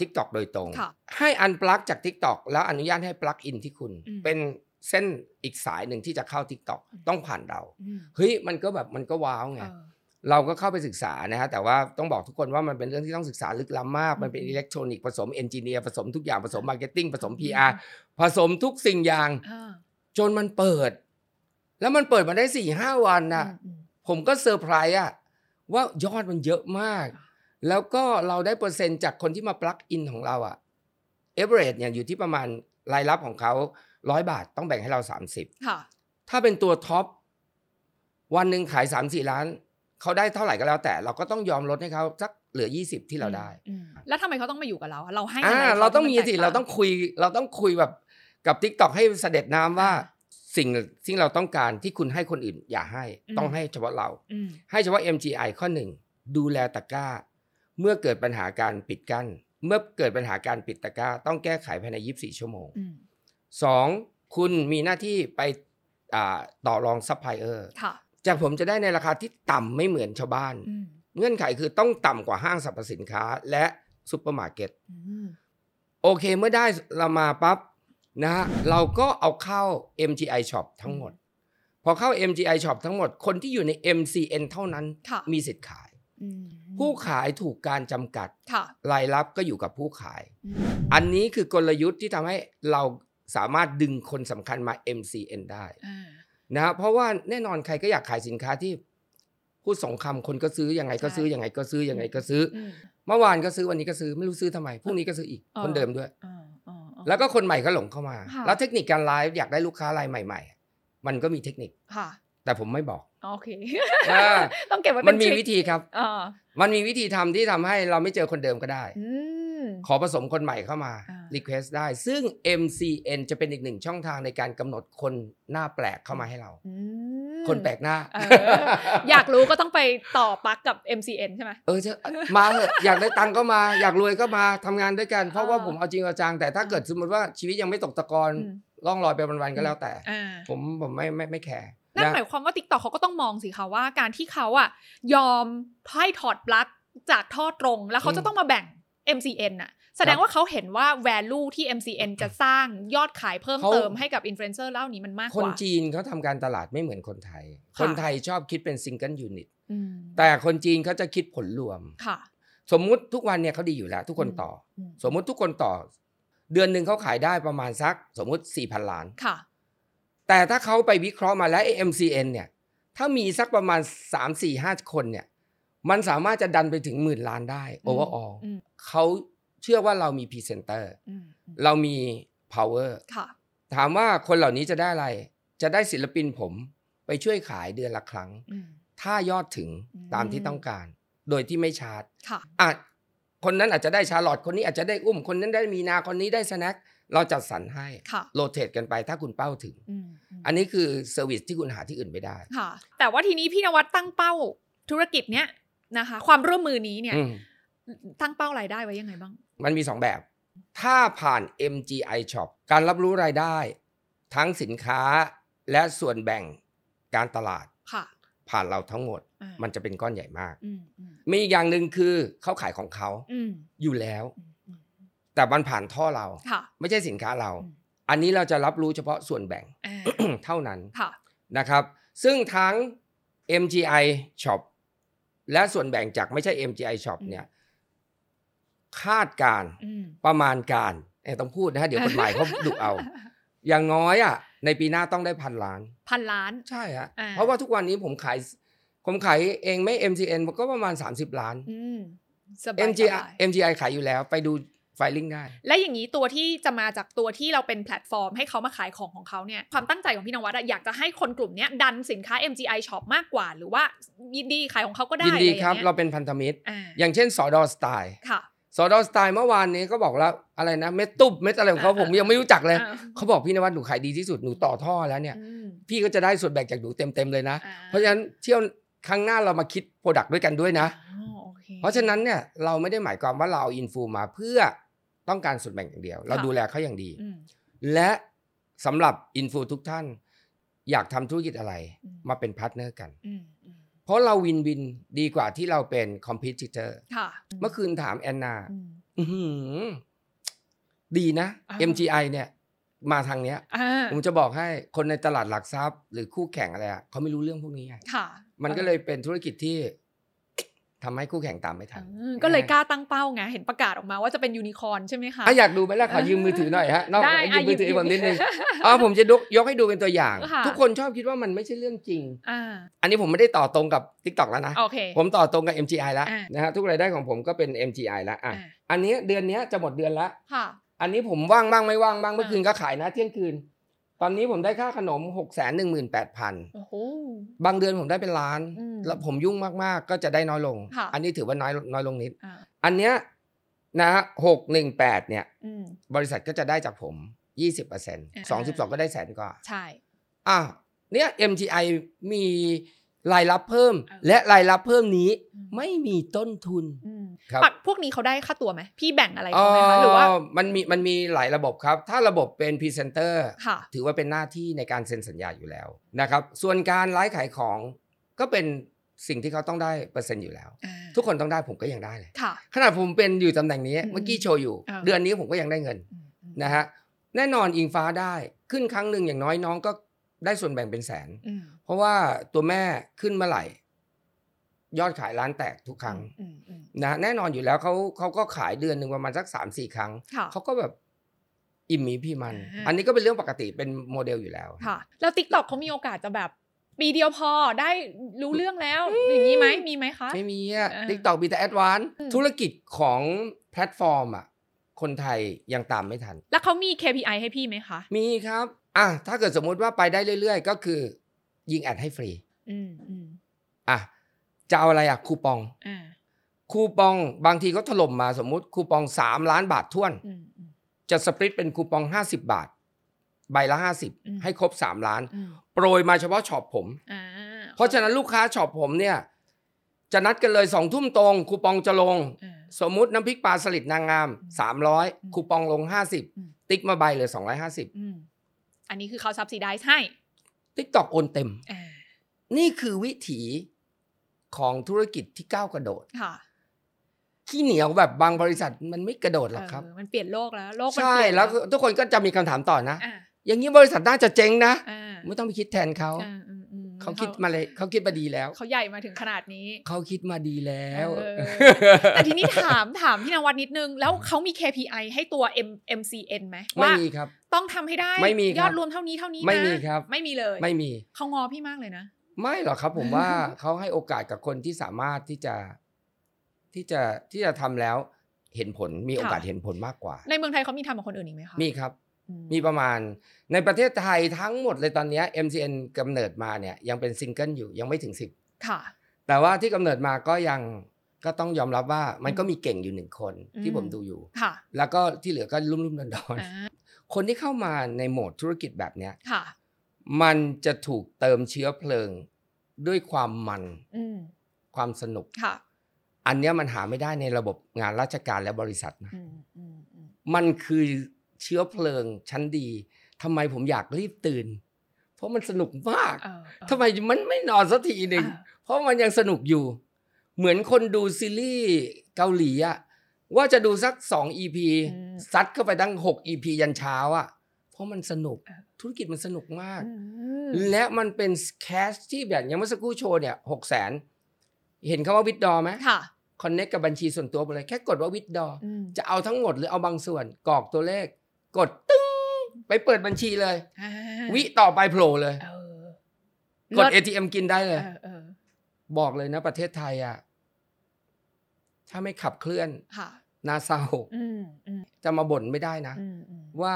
Speaker 1: ทิกตอกโดยตรง
Speaker 2: ค่ะ
Speaker 1: ให้อันปลั๊กจาก TikTok แล้วอนุญาตให้ปลั๊กอินที่คุณ
Speaker 2: อืม
Speaker 1: เป็นเส้นอีกสายหนึ่งที่จะเข้า TikTok
Speaker 2: อืม
Speaker 1: ต้องผ่านเรา
Speaker 2: อืม
Speaker 1: เฮ้ย มันก็แบบมันก็ว้าว
Speaker 2: เอ
Speaker 1: ไง
Speaker 2: อ
Speaker 1: เราก็เข้าไปศึกษานะฮะแต่ว่าต้องบอกทุกคนว่ามันเป็นเรื่องที่ต้องศึกษาลึกล้ำมาก มันเป็น
Speaker 2: อืม
Speaker 1: อิเล็กทรอนิกส์ผสมเอนจิเนียร์ผสมทุกอย่างผสมมาร์เก็ตติ้งผสม
Speaker 2: อืม
Speaker 1: PR ผสมทุกสิ่งอย่าง
Speaker 2: อ่า
Speaker 1: จนมันเปิด แล้วมันเปิดมาได้สี่ห้าวันนะ
Speaker 2: อืม
Speaker 1: ผมก็เซอร์ไพรส์อะว่ายอดมันเยอะมาก
Speaker 2: ค่ะ
Speaker 1: แล้วก็เราได้เปอร์เซ็นต์จากคนที่มาปลักอินของเราอะเอเวอเรสเนี่ยอยู่ที่ประมาณรายรับของเขาร้อยบาทต้องแบ่งให้เรา 30
Speaker 2: ค่ะ
Speaker 1: ถ้าเป็นตัวท็อปวันหนึ่งขาย 3 4 ล้าน เขาได้เท่าไหร่ก็แล้วแต่ เราก็ต้องยอมลดให้เขาสักเหลือ 20 ที่เราได้
Speaker 2: อืมแล้วทำไมเขาต้องมาอยู่กับเราอะเราให้
Speaker 1: อ่า
Speaker 2: อะไรข
Speaker 1: เราต้องมี
Speaker 2: ที่นแก
Speaker 1: สิ
Speaker 2: ต่
Speaker 1: เราต้องคุยเราต้องคุยแบบกับ t ิ k t o k ให้เสด็จน้ำว่า
Speaker 2: อ่า
Speaker 1: สิ่งสิ่งเราต้องการที่คุณให้คนอื่นอย่าให้
Speaker 2: อืม
Speaker 1: ต้องให้เฉพาะเรา
Speaker 2: อืม
Speaker 1: ให้เฉพาะ MGI ข้อหนึ่งดูแลตะกร้า เมื่อเกิดปัญหาการปิดกั้น เมื่อเกิดปัญหาการปิดตะกร้า ต้องแก้ไขภายใน 24 ชั่วโมง
Speaker 2: อืม
Speaker 1: สองคุณมีหน้าที่ไปอ่าต่อรองซัพพลายเออร์
Speaker 2: ค่ะ
Speaker 1: จากผมจะได้ในราคาที่ต่ำไม่เหมือนชาวบ้าน
Speaker 2: อืม
Speaker 1: เงื่อนไขคือต้องต่ำกว่าห้างสรรพสินค้า และซูเปอร์มาร์เก็ต
Speaker 2: อืม
Speaker 1: โอเคเมื่อได้เรามาปั๊บนะฮะเราก็เอาเข้า MGI Shop ทั้งหมด พอเข้า MGI Shop ทั้งหมดคนที่อยู่ใน MCN เท่านั้น
Speaker 2: ค่ะ
Speaker 1: มีสิทธิ์ขาย
Speaker 2: อืม
Speaker 1: ผู้ขายถูกการจำกัด
Speaker 2: ค่ะ
Speaker 1: รายรับก็อยู่กับผู้ขาย
Speaker 2: อืม
Speaker 1: อันนี้คือกลยุทธ์ที่ทำให้เราสามารถดึงคนสำคัญมา MCN ได้
Speaker 2: อ่า
Speaker 1: นะฮะเพราะว่าแน่นอนใครก็อยากขายสินค้าที่พูดสองคำคนก็ซื้อยังไงก็ซื้อยังไงก็ซื้อยังไงก็ซื้อ
Speaker 2: อืม
Speaker 1: เมื่อวานก็ซื้อวันนี้ก็ซื้อไม่รู้ซื้อทำไมพรุ่งนี้ก็ซื้ออีก
Speaker 2: เออ
Speaker 1: คนเดิมด้วย
Speaker 2: อ่าอ่าอ่า
Speaker 1: แล้วก็คนใหม่ก็หลงเข้ามา
Speaker 2: ค่ะ
Speaker 1: แล้วเทคนิคการไลฟ์อยากได้ลูกค้ารายใหม่ๆอ่ะมันก็มีเทคนิค
Speaker 2: ค่ะ
Speaker 1: แต่ผมไม่บอก
Speaker 2: โอเค
Speaker 1: อ่า
Speaker 2: ต้องเก็บไว้
Speaker 1: มั
Speaker 2: เป็น น
Speaker 1: มี
Speaker 2: ทริค
Speaker 1: วิธีครับ
Speaker 2: อ่า
Speaker 1: มันมีวิธีทำที่ทำให้เราไม่เจอคนเดิมก็ได้
Speaker 2: อืม
Speaker 1: ขอผสมคนใหม่เข้ามา
Speaker 2: อ่า
Speaker 1: Request ได้ ซึ่ง MCN จะเป็นอีกหนึ่งช่องทางในการกำหนดคนหน้าแปลกเข้ามาให้เรา
Speaker 2: อืม
Speaker 1: คนแปลกหน้า
Speaker 2: เอ อยากรู้ก็ต้องไปต่อปลั๊กกับ MCN ใช่ไหม
Speaker 1: เออเถอะมาเถอะอยากได้ตังค์ก็มา อยากรวยก็มาทำงานด้วยกัน เพราะว่า
Speaker 2: อ่า
Speaker 1: ผมเอาจริงเอาจังแต่ถ้าเกิดสมมติว่าชีวิตยังไม่ตกตะกอน
Speaker 2: อืม
Speaker 1: ล่องลอยไปวันๆก็แล้วแต่
Speaker 2: อ่า
Speaker 1: ผมผมไม่ไม่ไม่แคร์
Speaker 2: นั่น
Speaker 1: นะ
Speaker 2: หมายความว่า t ิ k t o k เขาก็ต้องมองสิคะว่าการที่เขาอะยอมไล่ถอดปลั๊กจากท่อตรง แล้วเขาจะต้องมาแบ่ง MCN น่ะ แสดงว่าเขาเห็นว่า value ที่ MCN จะสร้างยอดขายเพิ่มเติมให้กับ influencer เล่านี้มันมาก
Speaker 1: ค
Speaker 2: ก
Speaker 1: น
Speaker 2: ว่า
Speaker 1: จีนเขาทำการตลาดไม่เหมือนคนไทย
Speaker 2: ค่ะ
Speaker 1: คนไทยชอบคิดเป็นซิงเกิลยูนิต
Speaker 2: อืม
Speaker 1: แต่คนจีนเขาจะคิดผลรวม
Speaker 2: ค่ะ
Speaker 1: สมมุติทุกวันเนี่ยเขาดีอยู่แล้ว ทุกคนต่ออ
Speaker 2: ม
Speaker 1: สมมุติทุกคนต่อ เดือนหนึ่งเขาขายได้ประมาณสัก สมมุติ4,000ล้าน
Speaker 2: ค่ะ
Speaker 1: แต่ถ้าเขาไปวิเคราะห์มาแล้วไอ้ MCN เนี่ย ถ้ามีสักประมาณ 3 4 5 คนเนี่ย มันสามารถจะดันไปถึงหมื่นล้านได้
Speaker 2: อืม
Speaker 1: overall
Speaker 2: อืม
Speaker 1: เขาเชื่อว่าเรามี presenter
Speaker 2: อืม
Speaker 1: เรามี power
Speaker 2: ค่ะ
Speaker 1: ถามว่าคนเหล่านี้จะได้อะไร จะได้ศิลปินผมไปช่วยขายเดือนละครั้ง
Speaker 2: อืม
Speaker 1: ถ้ายอดถึง
Speaker 2: อืม
Speaker 1: ตามที่ต้องการ โดยที่ไม่ชาร์จ
Speaker 2: ค่ะ
Speaker 1: อ่ะคนนั้นอาจจะได้ชาร์ลอตคนนี้อาจจะได้อุ้ม คนนั้นได้มีนา คนนี้ได้สแน็ค เราจัดสรรให้
Speaker 2: ค่ะ
Speaker 1: โรเตทกันไปถ้าคุณเป้าถึง
Speaker 2: อืมอืม
Speaker 1: อันนี้คือเซอร์วิสที่คุณหาที่อื่นไม่ได้
Speaker 2: ค่ะ แต่ว่าทีนี้พี่นวัดตั้งเป้าธุรกิจเนี้ยนะคะ ความร่วมมือนี้เนี่ย
Speaker 1: อืม
Speaker 2: ตั้งเป้ารายได้ไว้ยังไงบ้าง
Speaker 1: มันมี 2 แบบ ถ้าผ่าน MGI Shop การรับรู้รายได้ ทั้งสินค้าและส่วนแบ่งการตลาด
Speaker 2: ค่ะ
Speaker 1: ผ่านเราทั้งหมด
Speaker 2: อ่า
Speaker 1: มันจะเป็นก้อนใหญ่มาก
Speaker 2: อืมอืม
Speaker 1: มีอีกอย่างหนึ่งคือเขาขายของเขา
Speaker 2: อืม
Speaker 1: อยู่แล้ว
Speaker 2: อืมอืม
Speaker 1: แต่มันผ่านท่อเรา
Speaker 2: ค่ะ
Speaker 1: ไม่ใช่สินค้าเรา
Speaker 2: อืม
Speaker 1: อันนี้เราจะรับรู้เฉพาะส่วนแบ่ง
Speaker 2: อ่า
Speaker 1: เท่านั้น
Speaker 2: ค่ะ
Speaker 1: นะครับ ซึ่งทั้ง MGI Shop และส่วนแบ่งจากไม่ใช่ MGI Shop เนี่ย คาดการณ์
Speaker 2: อืม
Speaker 1: ประมาณการเอ่อต้องพูด นะฮะเดี๋ยวกฎหมายเขาดุเอา อย่างน้อยอ่ะในปีหน้าต้องได้พันล้าน
Speaker 2: พันล้าน
Speaker 1: ใช่ฮะ
Speaker 2: อ่า
Speaker 1: เพราะว่าทุกวันนี้ผมขายผมขายเองไม่ MCN ผมก็ประมาณ 30 ล้าน
Speaker 2: อืมสบาย
Speaker 1: MGI
Speaker 2: สบาย
Speaker 1: MGI ขายอยู่แล้วไปดูไฟลิงได้
Speaker 2: และอย่างนี้ตัวที่จะมาจากตัวที่เราเป็นแพลตฟอร์ม ให้เขามาขายของของเขาเนี่ย ความตั้งใจของพี่นวัดอะอยากจะให้คนกลุ่มเนี้ยดันสินค้า MGI Shop มากกว่า หรือว่ายินดีขายของเขาก็ได้
Speaker 1: ยินดี
Speaker 2: อะไอ
Speaker 1: ค
Speaker 2: ย่า
Speaker 1: รั
Speaker 2: ง
Speaker 1: บ
Speaker 2: เงี้ย
Speaker 1: เราเป็นพันธมิตร
Speaker 2: อ่า
Speaker 1: อย่างเช่นสอดอสไตล์
Speaker 2: ค่ะ
Speaker 1: สอดอสไตล์เมื่อวานนี้ก็บอกแล้วอะไรนะ เม็ดตุบเม็ดอะไรของเขา
Speaker 2: อ่า
Speaker 1: ผมยังไม่รู้จักเลย
Speaker 2: อ่า
Speaker 1: เขาบอกพี่นวัดหนูขายดีที่สุดหนูต่อท่อแล้วเนี่ย
Speaker 2: อืม
Speaker 1: พี่ก็จะได้ส่วนแบ่งจากหนูเต็มๆเลยนะ
Speaker 2: อ่
Speaker 1: เพราะฉะนั้นเที่ยวครั้งหน้าเรามาคิดโปรดักต์ด้วยกันด้วยนะ
Speaker 2: อ๋อโอค
Speaker 1: เพราะฉะนั้นเนี่ยเราไม่ได้หมายความว่าเราเอาอินฟูมาเพื่อต้องการส่วนแบ่งอย่างเดียว เรา
Speaker 2: ค่ะ
Speaker 1: ดูแลเขาอย่างดี
Speaker 2: อืม
Speaker 1: และสำหรับอินฟูทุกท่าน อยากทำธุรกิจอะไร
Speaker 2: อืม
Speaker 1: มาเป็นพาร์ทเนอร์กัน
Speaker 2: อืมอืม
Speaker 1: เพราะเราวินวินดีกว่าที่เราเป็นคอมพิวเตอร์
Speaker 2: ค่ะ
Speaker 1: เมื่อคืนถามแอนนา
Speaker 2: อืม
Speaker 1: อื้อหือดีนะ
Speaker 2: อ่า
Speaker 1: MGI เนี่ย มาทางเนี้ย
Speaker 2: อ่า
Speaker 1: ผมจะบอกให้คนในตลาดหลักทรัพย์ หรือคู่แข่งอะไรอะเขาไม่รู้เรื่องพวกนี้ไง
Speaker 2: ค่ะ
Speaker 1: มันก็เลยเป็นธุรกิจที่ทำให้คู่แข่งตามไม่ทัน
Speaker 2: อืมก็เลยกล้าตั้งเป้าไงเห็นประกาศออกมาว่าจะเป็นยูนิคอร์นใช่ไหมคะ
Speaker 1: อ่ะอยากดูไหมล่ะขอยืมมือถือหน่อยฮะนอก
Speaker 2: ได้
Speaker 1: จากยืม
Speaker 2: อ่ะหยิบ
Speaker 1: มือถือ
Speaker 2: หยิบ
Speaker 1: ผมนิดนึง
Speaker 2: หยิบ
Speaker 1: อ๋อผมจะยกยกให้ดูเป็นตัวอย่าง
Speaker 2: ค่ะ
Speaker 1: ทุกคนชอบคิดว่ามันไม่ใช่เรื่องจริง
Speaker 2: อ่า
Speaker 1: อันนี้ผมไม่ได้ต่อตรงกับ t ิ k t o k แล้วนะ
Speaker 2: โอเค
Speaker 1: ผมต่อตรงกับ MGI แล้ว
Speaker 2: อ่ะ
Speaker 1: นะฮะทุกรายได้ของผมก็เป็น MGI แล้วอ่ะ
Speaker 2: อ่า
Speaker 1: อันนี้เดือนเนี้ยจะหมดเดือนละ
Speaker 2: ค่ะ
Speaker 1: อันนี้ผมว่างบ้างไม่ว่างบ้างเมื่อ
Speaker 2: อ่า
Speaker 1: คืนก็ขายนะเที่ยงคืน ตอนนี้ผมได้ค่าขนม 6 1 8 0 0
Speaker 2: โอ้โห
Speaker 1: 0บางเดือนผมได้เป็นล้าน
Speaker 2: อืม
Speaker 1: แล้วผมยุ่งมากๆ ก็จะได้น้อยลง
Speaker 2: ค่ะ
Speaker 1: อันนี้ถือว่าน้อยน้อยลงนิด
Speaker 2: อ่า
Speaker 1: อันเนี้ยนะฮะหกหนึ่งแปดเนี่ย
Speaker 2: อืม
Speaker 1: บริษัทก็จะได้จากผม 20%
Speaker 2: า
Speaker 1: 22 ก็ได้แสนกว่า
Speaker 2: ใช่
Speaker 1: อ่ะเนี่ย MGI มีรายรับเพิ่ม
Speaker 2: เออ
Speaker 1: และรายรับเพิ่มนี้
Speaker 2: อืม
Speaker 1: ไม่มีต้นทุน
Speaker 2: อืม
Speaker 1: ครับ
Speaker 2: ปักพวกนี้เขาได้ค่าตัวไหมพี่แบ่งอะไรเขาไหมคะหรือว่า
Speaker 1: เอ่อมันมีมันมีหลายระบบครับ ถ้าระบบเป็นพรีเซนเตอร์
Speaker 2: ค่ะ
Speaker 1: ถือว่าเป็นหน้าที่ในการเซ็นสัญญาอยู่แล้วนะครับ ส่วนการไลฟ์ขายของก็เป็นสิ่งที่เขาต้องได้เปอร์เซ็นต์อยู่แล้ว
Speaker 2: อ่า
Speaker 1: ทุกคนต้องได้ผมก็ยังได้เลย
Speaker 2: ค่ะ
Speaker 1: ขนาดผมเป็นอยู่ตำแหน่งนี้
Speaker 2: อืม
Speaker 1: เมื่อกี้โชว์อยู่
Speaker 2: เออ
Speaker 1: เดือนนี้ผมก็ยังได้เงิน
Speaker 2: อืมอืม
Speaker 1: นะฮะแน่นอนอิงฟ้าได้ขึ้นครั้งหนึ่งอย่างน้อยน้องก็ได้ส่วนแบ่งเป็นแสน
Speaker 2: อืม
Speaker 1: เพราะว่าตัวแม่ขึ้นเมื่อไหร่ ยอดขายร้านแตกทุกครั้ง
Speaker 2: อืมอืม
Speaker 1: นะฮะแน่นอนอยู่แล้วเขาเขาก็ขายเดือนหนึ่งประมาณสักสามสี่ครั้ง
Speaker 2: ค่ะ
Speaker 1: เขาก็แบบอิ่มหมีพี่มัน
Speaker 2: อ่า
Speaker 1: อันนี้ก็เป็นเรื่องปกติเป็นโมเดลอยู่แล้ว
Speaker 2: ค่ะ แล้วทิกตอกเขามีโอกาสจะแบบ ปีเดียวพอได้รู้เรื่องแล้ว อย่างนี้ไหมมีไหมคะ
Speaker 1: ไม่มีอะ
Speaker 2: อ่า
Speaker 1: ทิกตอกมีแต่แอดวาน
Speaker 2: อืม
Speaker 1: ธุรกิจของแพลตฟอร์มอะคนไทยยังตามไม่ทัน
Speaker 2: แล้วเขามี KPI ให้พี่ไหมคะ
Speaker 1: มีครับอ่ะถ้าเกิดสมมุติว่าไปได้เรื่อย ๆ ก็คือ ยิงแอดให้ฟรี
Speaker 2: อืมอืม
Speaker 1: อ่ะจะเอาอะไรอ่ะคูปอง
Speaker 2: อ่า
Speaker 1: คูปองบางทีก็ถล่มมาสมมุติคูปอง 3 ล้านบาทท่วน
Speaker 2: อืมอืม
Speaker 1: จะสปริตเป็นคูปอง 50 บาท ใบละ
Speaker 2: อืม
Speaker 1: 50 ให้ครบ 3 ล้าน
Speaker 2: อืม
Speaker 1: โปรยมาเฉพาะช็อปผม
Speaker 2: อ่า
Speaker 1: เพราะฉะนั้นลูกค้าช็อปผมเนี่ย จะนัดกันเลย2ทุ่มตรง คูปองจะลง
Speaker 2: อ่า
Speaker 1: สมมุติน้ำพริกปลาสลิดนางงาม
Speaker 2: อืม
Speaker 1: 300 คูปองลง
Speaker 2: อืม
Speaker 1: 50 ติ๊กมาใบเหลือ
Speaker 2: อืม
Speaker 1: 250
Speaker 2: อันนี้คือเขา subsidize ให้
Speaker 1: ทิกตอกโอนเต็ม
Speaker 2: อ่า
Speaker 1: นี่คือวิถีของธุรกิจที่ก้าวกระโดด
Speaker 2: ค่ะ
Speaker 1: ขี้เหนียวแบบบางบริษัทมันไม่กระโดดหรอกครับ
Speaker 2: เออมันเปลี่ยนโลกแล้ว โลกมัน
Speaker 1: ใช่
Speaker 2: เปลี่ยน
Speaker 1: แล้วทุกคนก็จะมีคำถามต่อนะ
Speaker 2: อ่า
Speaker 1: อย่างนี้บริษัทน่าจะเจ๊งนะ
Speaker 2: อ่า
Speaker 1: ไม่ต้องไปคิดแทนเขา
Speaker 2: อ่าอืมอืม
Speaker 1: เขาคิดมาเลยเขาคิดมาดีแล้ว
Speaker 2: เขาใหญ่มาถึงขนาดนี้
Speaker 1: เขาคิดมาดีแล้ว
Speaker 2: เอ อ แต่ทีนี้ถามถามพี่นวัดนิดนึง แล้วเขามี KPI ให้ตัว M MCN ไหม
Speaker 1: ไม่
Speaker 2: ว่า
Speaker 1: มีครับ
Speaker 2: ต้องทำให้ได้
Speaker 1: ไม่มี
Speaker 2: ย
Speaker 1: ครั
Speaker 2: อบ ดรวมเท่านี้เท่านี้นะ
Speaker 1: ไม่มีครับ
Speaker 2: ไม่มีเลย
Speaker 1: ไม่มี
Speaker 2: เขางอพี่มากเลยนะ
Speaker 1: ไม่หรอกครับ ผมว่า เขาให้โอกาสกับคนที่สามารถที่จะที่จะที่จะทำแล้ว เห็นผลมีโอกาสเห็นผลมากกว่า
Speaker 2: ในเมืองไทยเขามีทำกับคนอื่นอีกไหมคะ
Speaker 1: มีครับ
Speaker 2: อื
Speaker 1: มีประมาณในประเทศไทยทั้งหมดเลยตอนเนี้ย MCN กำเนิดมาเนี่ยยังเป็นซิงเกิลอยู่ยังไม่ถึง
Speaker 2: ค่ะ
Speaker 1: 10 แต่ว่าที่กำเนิดมาก็ยังก็ต้องยอมรับว่ามันก็มีเก่งอยู่หนึ่งคนที่ผม
Speaker 2: อืม
Speaker 1: ดูอยู่
Speaker 2: ค่ะ
Speaker 1: แล้วก็ที่เหลือก็ลุ่มๆดอน
Speaker 2: อ่า
Speaker 1: ๆคนที่เข้ามาในโหมดธุรกิจแบบเนี้ย
Speaker 2: ค่ะ
Speaker 1: มันจะถูกเติมเชื้อเพลิงด้วยความมัน
Speaker 2: อืม
Speaker 1: ความสนุก
Speaker 2: ค่ะ
Speaker 1: อันเนี้ยมันหาไม่ได้ในระบบงานราชการและบริษัทนะ
Speaker 2: อืมอืมอืม
Speaker 1: มันคือเชื้อเพลิงชั้นดีทำไมผมอยากรีบตื่น เพราะมันสนุกมาก
Speaker 2: เออเออ
Speaker 1: ทำไมมันไม่นอนสักทีหนึ่ง
Speaker 2: อ่า
Speaker 1: เพราะมันยังสนุกอยู่ เหมือนคนดูซีรีส์เกาหลีอะว่าจะดูสักสอง EP
Speaker 2: ม
Speaker 1: ซัดเข้าไปตั้งหก EP ยันเช้าอะเพราะมันสนุกธุรกิจมันสนุกมาก
Speaker 2: อืม
Speaker 1: และมันเป็นแคสที่แบบอยังเมื่อสักครู่โชว์เนี่ยหกแสนเห็นคำว่าวิดดอไหม
Speaker 2: ค่ะ
Speaker 1: คอนเน c t กับบัญชีส่วนตัวไปเลย แค่กดว่าวิดดอ
Speaker 2: อืม
Speaker 1: จะเอาทั้งหมดหรือเอาบางส่วนกรอกตัวเลข กดตึ้ง ไปเปิดบัญชีเลย
Speaker 2: อ่า
Speaker 1: วิต่อไปโผล่เลย
Speaker 2: เออก
Speaker 1: ด
Speaker 2: เลิศ
Speaker 1: ATM กินได้เลย
Speaker 2: เออเออ
Speaker 1: บอกเลยนะประเทศไทยอ่ะถ้าไม่ขับเคลื่อน
Speaker 2: ค่ะ
Speaker 1: นาเศร้า
Speaker 2: อืมอืม
Speaker 1: จะมาบ่นไม่ได้นะ
Speaker 2: อืมอืม
Speaker 1: ว่า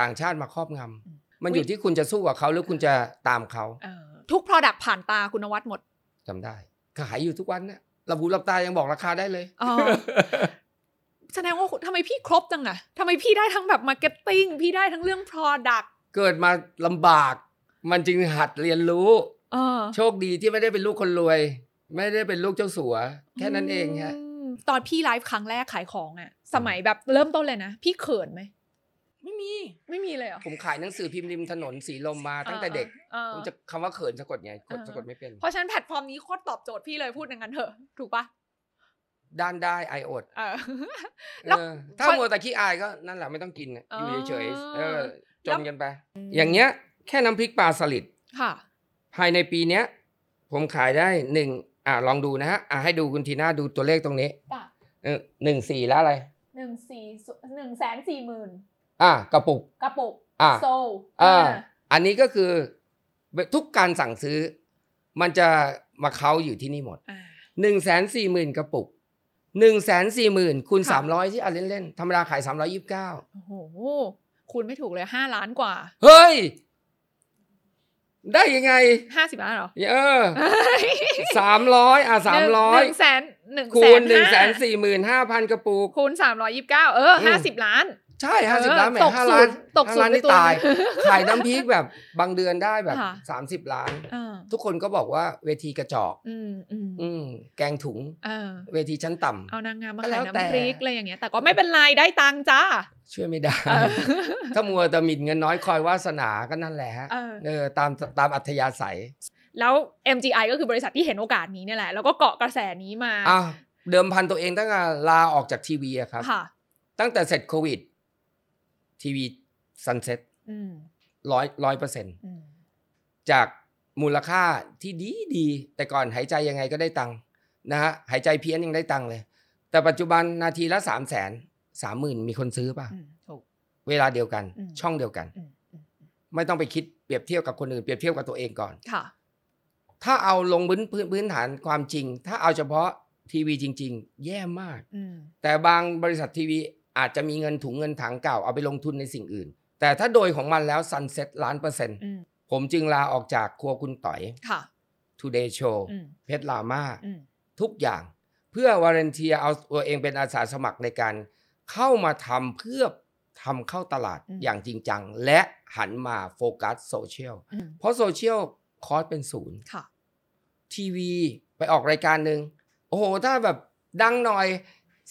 Speaker 1: ต่างชาติมาครอบง
Speaker 2: อืม
Speaker 1: ำมันอยู่ที่คุณจะสู้กับเขาหรือคุณจะตามเขา
Speaker 2: เออทุก product ผ่านตาคุณนวัดหมด
Speaker 1: จำได้ขายอยู่ทุกวันนะระบุรับตายังบอกราคาได้เลย
Speaker 2: อ๋อ แสดงว่าทำไมพี่ครบจังอะทำไมพี่ได้ทั้งแบบ marketing พี่ได้ทั้งเรื่อง product
Speaker 1: เกิดมาลำบาก มันจึงหัดเรียนรู้
Speaker 2: เออ
Speaker 1: โชคดีที่ไม่ได้เป็นลูกคนรวย ไม่ได้เป็นลูกเจ้าสัว แค่นั้นเองฮะ
Speaker 2: มตอนพี่ไลฟ์ครั้งแรกขายของอะสมัยแบบเริ่มต้นเลยนะ พี่เขินไหม
Speaker 1: ไม่มี
Speaker 2: ไม่มีเลยเหรอ
Speaker 1: ผมขายหนังสือพิมพ์ริมถนนสีลมมาตั้งแต่เด็ก
Speaker 2: เออ
Speaker 1: ผมจะคำว่าเขินสะกดไงกด
Speaker 2: เออ
Speaker 1: สะกดไม่เป็น
Speaker 2: เพราะฉะนั้นแพลตฟอร์มนี้โคตรตอบโจทย์พี่เลยพูดอย่างนั้นเถอะ ถูกปะ
Speaker 1: ด้านได้ไออด
Speaker 2: เอ อ
Speaker 1: เอ
Speaker 2: แล้ว
Speaker 1: อถ้า
Speaker 2: ค่อย
Speaker 1: มัวแต่ขี้อายก็นั่นแหละไม่ต้องกินน่ะอยู่เฉยๆ
Speaker 2: เออ
Speaker 1: เออจนกันไป อย่างเงี้ย แค่น้ำพริกปลาสลิด
Speaker 2: ค่ะ
Speaker 1: ภายในปีเนี้ย ผมขายได้หนึ่งอ่ะลองดูนะฮะอ่ะให้ดูคุณทีน่าดูตัวเลขตรงนี้
Speaker 2: จ้ะ
Speaker 1: เออหนึ่งสี่แล้วอะไร
Speaker 2: หนึ่งสี่หนึ่งแสนสี่หมื่น
Speaker 1: อ่ะกระปุก
Speaker 2: กระปุก
Speaker 1: อ่ะ
Speaker 2: โซล
Speaker 1: อ่าอันนี้ก็คือทุกการสั่งซื้อ มันจะมาเค้าอยู่ที่นี่หมด
Speaker 2: อ่า
Speaker 1: 1 4 0 0 0 0 กระปุก 1 4 0 0 0 0คูณ
Speaker 2: ค่ะ
Speaker 1: 300 ที่อ่ะเล่น ๆ ธรรมดาขาย 329
Speaker 2: โอ้โห คุณไม่ถูกเลยห้าล้านกว่า
Speaker 1: เฮ้ย ได้ยังไง
Speaker 2: ห้าสิบล้านเหร อ
Speaker 1: เออ 300 อ่ะ
Speaker 2: หนึ่ง
Speaker 1: 300
Speaker 2: แสนหนึ่ง
Speaker 1: คูณ
Speaker 2: แสน
Speaker 1: 1 4
Speaker 2: ห้า
Speaker 1: 5 0 0 0 กระปุก
Speaker 2: คูณสามร้อยยี่สิบเก้าเออ
Speaker 1: อืม
Speaker 2: ห้าสิบล้าน
Speaker 1: ใช่
Speaker 2: เออ
Speaker 1: 50 ล้านแหม่
Speaker 2: ตก
Speaker 1: 5ล้าน
Speaker 2: ศูนย์ตก
Speaker 1: ห้า
Speaker 2: ศูนย์
Speaker 1: ล้าน
Speaker 2: ไป
Speaker 1: นี่
Speaker 2: ตัว
Speaker 1: ตาย
Speaker 2: หนึ่ง
Speaker 1: ขายน้ำพริกแบบบางเดือนได้แบบ
Speaker 2: ค่ะ
Speaker 1: 30 ล้าน
Speaker 2: เออ
Speaker 1: ทุกคนก็บอกว่าเวทีกระจอก
Speaker 2: อืมอืม
Speaker 1: อืม แกงถุง
Speaker 2: เออ
Speaker 1: เวทีชั้นต่ำ
Speaker 2: เอานางงามมา
Speaker 1: ก็แล้
Speaker 2: ขายว
Speaker 1: แต่
Speaker 2: น้ำพริกอะไรอย่างเงี้ย แต่ก็ไม่เป็นไรได้ตังค์จ้า
Speaker 1: ช่วยไม่ได้
Speaker 2: เออ
Speaker 1: ถ้ามัวแต่หมิ่นเงินน้อยคอยวาสนาก็นั่นแหละฮะ
Speaker 2: เออ
Speaker 1: เออตามตามอัธยาศัย
Speaker 2: แล้ว MGI ก็คือบริษัทที่เห็นโอกาสนี้เนี่ยแหละ แล้วก็เกาะกระแสนี้มา
Speaker 1: อ่ะเดิมพันตัวเองตั้งแต่ลาออกจากทีวีอะครับ
Speaker 2: ค่ะ
Speaker 1: ตั้งแต่เสร็จโควิด ทีวีซันเซ็ต
Speaker 2: อืม
Speaker 1: ร้อยร้อยเปอร์เซ็นต์
Speaker 2: อืม
Speaker 1: จากมูลค่าที่ดีดีๆแต่ก่อนหายใจยังไงก็ได้ตังค์นะฮะหายใจเพี้ยนยังได้ตังค์เลย แต่ปัจจุบันนาทีละสามแสนสามหมื่นมีคนซื้อป่ะ
Speaker 2: อืมถูก
Speaker 1: เวลาเดียวกัน
Speaker 2: อืม
Speaker 1: ช่องเดียวกัน
Speaker 2: อืมอืม
Speaker 1: ไม่ต้องไปคิดเปรียบเทียบกับคนอื่นเปรียบเทียบกับตัวเองก่อน
Speaker 2: ค่ะ
Speaker 1: ถ้าเอาลงพื้นพื้นพื้นฐานความจริง ถ้าเอาเฉพาะทีวีจริง ๆ แย่มาก
Speaker 2: อืม
Speaker 1: แต่บางบริษัททีวีอาจจะมีเงินถุงเงินถังเก่าเอาไปลงทุนในสิ่งอื่น แต่ถ้าโดยของมันแล้วซันเซ็ตล้านเปอร์เซ็นต์
Speaker 2: อืม
Speaker 1: ผมจึงลาออกจากครัวคุณต่อย
Speaker 2: ค่ะ
Speaker 1: Today Show
Speaker 2: อืม
Speaker 1: เพชรลาม่า
Speaker 2: อืม
Speaker 1: ทุกอย่าง เพื่อวาเรนเทียเอาตัวเองเป็นอาสาสมัครในการเข้ามาทำเพื่อทำเข้าตลาดอย่างจริงจัง และหันมาโฟกัสโซเชียล
Speaker 2: อืม
Speaker 1: เพราะโซเชียลคอร์สเป็นศูนย์
Speaker 2: ค่ะ
Speaker 1: ทีวีไปออกรายการหนึ่งโอ้โห ถ้าแบบดังหน่อย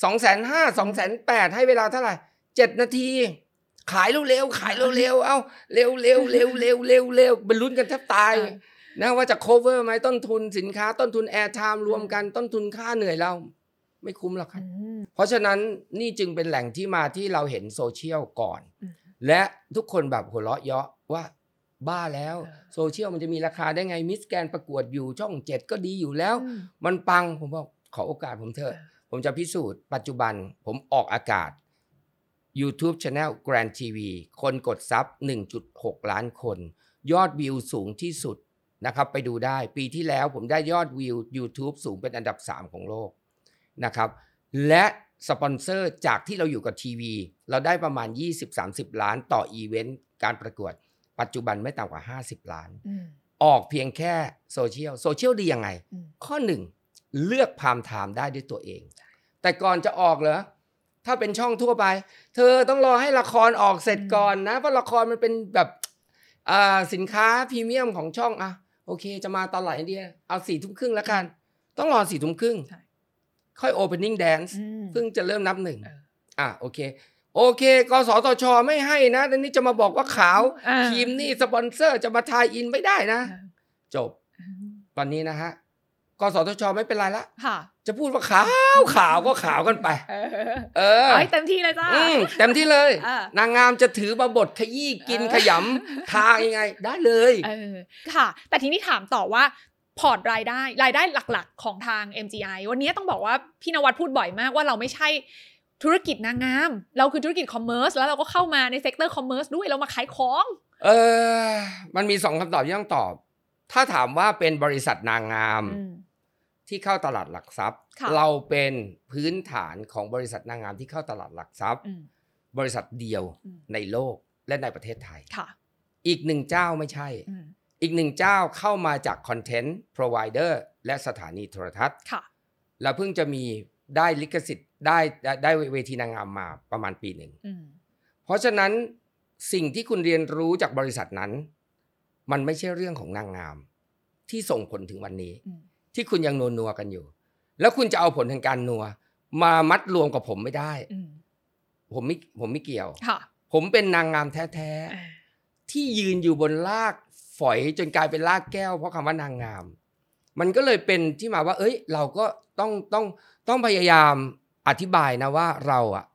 Speaker 1: สองแสนห้าสองแสนแปดให้เวลาเท่าไหร่เจ็ดนาที ขายเร็วๆขายเร็วๆเอ้าเร็วๆเร็วๆเร็วๆเร็วๆเร็วบรรลุนกันแทบตาย
Speaker 2: เออ
Speaker 1: นะว่าจะ cover ไหมต้นทุนสินค้า ต้นทุนแอร์ไทม์รวมกันต้นทุนค่าเหนื่อยเรา ไม่คุ้มหรอกครับ เพราะฉะนั้นนี่จึงเป็นแหล่งที่มาที่เราเห็นโซเชียลก่อน
Speaker 2: อืม
Speaker 1: และทุกคนแบบหัวเราะเยาะว่าบ้าแล้ว
Speaker 2: เออ
Speaker 1: โซเชียลมันจะมีราคาได้ไงมิสแกนประกวดอยู่ช่องเจ็ดก็ดีอยู่แล้ว
Speaker 2: อืม
Speaker 1: มันปังผมบอกขอโอกาสผมเถอะ
Speaker 2: เออ
Speaker 1: ผมจะพิสูจน์ปัจจุบันผมออกอากาศ YouTube Channel Grand TV คนกดซับ 1.6 ล้านคน ยอดวิวสูงที่สุดนะครับ ไปดูได้ปีที่แล้วผมได้ยอดวิว YouTube สูงเป็นอันดับ 3 ของโลกนะครับ และสปอนเซอร์จากที่เราอยู่กับทีวี เราได้ประมาณ 20-30 ล้านต่ออีเวนต์การประกวด ปัจจุบันไม่ต่ำกว่า 50 ล้าน
Speaker 2: อืม
Speaker 1: ออกเพียงแค่โซเชียลโซเชียลดียังไง
Speaker 2: อืม
Speaker 1: ข้อหนึ่งเลือกพามไทม์ได้ด้วยตัวเอง แต่ก่อนจะออกเหรอ ถ้าเป็นช่องทั่วไป เธอต้องรอให้ละครออกเสร็จก่อนนะ เพราะละครมันเป็นแบบอ่าสินค้าพรีเมียมของช่องอะโอเค จะมาตอนไหนเดียเอาสี่ทุ่มครึ่งแล้วกัน ต้องรอสี่ทุ่มครึ่ง
Speaker 2: ใช่
Speaker 1: ค่อยโอเ n น n ิ่งแดนซ์
Speaker 2: อืม
Speaker 1: เพิ่งจะเริ่มนับหนึ่ง
Speaker 2: เออ
Speaker 1: อ่ะโอเค โอเคกสทช ไม่ให้นะแล้วนี่จะมาบอกว่าขาว
Speaker 2: อ่า
Speaker 1: ทีมนี่สปอนเซอร์จะมาทายอินไม่ได้นะ
Speaker 2: อ่า
Speaker 1: จบตอนนี้นะฮะกสทชไม่เป็นไรละ
Speaker 2: ค่ะ
Speaker 1: จะพูดว่าขาวขาวก็ขาวกันไป
Speaker 2: เออ
Speaker 1: เออ
Speaker 2: เอ้ยเต็มที่เลยจ้า
Speaker 1: อืมเต็มที่เลย
Speaker 2: เออน
Speaker 1: างงามจะถือมาบทขยี้กิน
Speaker 2: เออ
Speaker 1: ขยำทายังไง ได้เลย
Speaker 2: เออค่ะ แต่ทีนี้ถามต่อว่าพอร์ตรายได้รายได้หลักๆ ของทาง MGI วันนี้ต้องบอกว่าพี่นวัดพูดบ่อยมากว่าเราไม่ใช่ธุรกิจนางงาม เราคือธุรกิจคอมเมอร์สแล้วเราก็เข้ามาในเซกเตอร์คอมเมอร์สด้วยเรามาขายของ
Speaker 1: เออ มันมีสองคำตอบที่ต้องตอบ ถ้าถามว่าเป็นบริษัทนางงาม ที่เข้าตลาดหลักทรัพย์
Speaker 2: ค่ะ
Speaker 1: เราเป็นพื้นฐานของบริษัทนางงามที่เข้าตลาดหลักทรัพย์
Speaker 2: อืม
Speaker 1: บริษัทเดียว
Speaker 2: อืม
Speaker 1: ในโลกและในประเทศไทย
Speaker 2: ค่ะ
Speaker 1: อีกหนึ่งเจ้าไม่ใช่
Speaker 2: อืม
Speaker 1: อีกหนึ่งเจ้าเข้ามาจากคอนเทนต์พร v i เดอร์และสถานีโทรทัศน์
Speaker 2: ค่ะ
Speaker 1: แล้วเพิ่งจะมีได้ลิขสิทธิ์ได้ได้ได้เวทีนางงามมาประมาณปีหนึ่ง
Speaker 2: อืม
Speaker 1: เพราะฉะนั้นสิ่งที่คุณเรียนรู้จากบริษัทนั้น มันไม่ใช่เรื่องของนางงาม ที่ส่งผลถึงวันนี้
Speaker 2: อืม
Speaker 1: ที่คุณยังนัวนัวๆกันอยู่ แล้วคุณจะเอาผลทางการนัว มามัดรวมกับผมไม่ได้
Speaker 2: อืม
Speaker 1: ผมไม่ผมไม่เกี่ยว
Speaker 2: ค่ะ
Speaker 1: ผมเป็นนางงามแท้
Speaker 2: เอ
Speaker 1: ๆ
Speaker 2: อ
Speaker 1: ที่ยืนอยู่บนลากฝอยจนกลายเป็นลากแก้วเพราะคำว่านางงาม มันก็เลยเป็นที่มาว่า เอ้ย เราก็ต้องต้องต้องพยายามอธิบายนะว่าเราอะ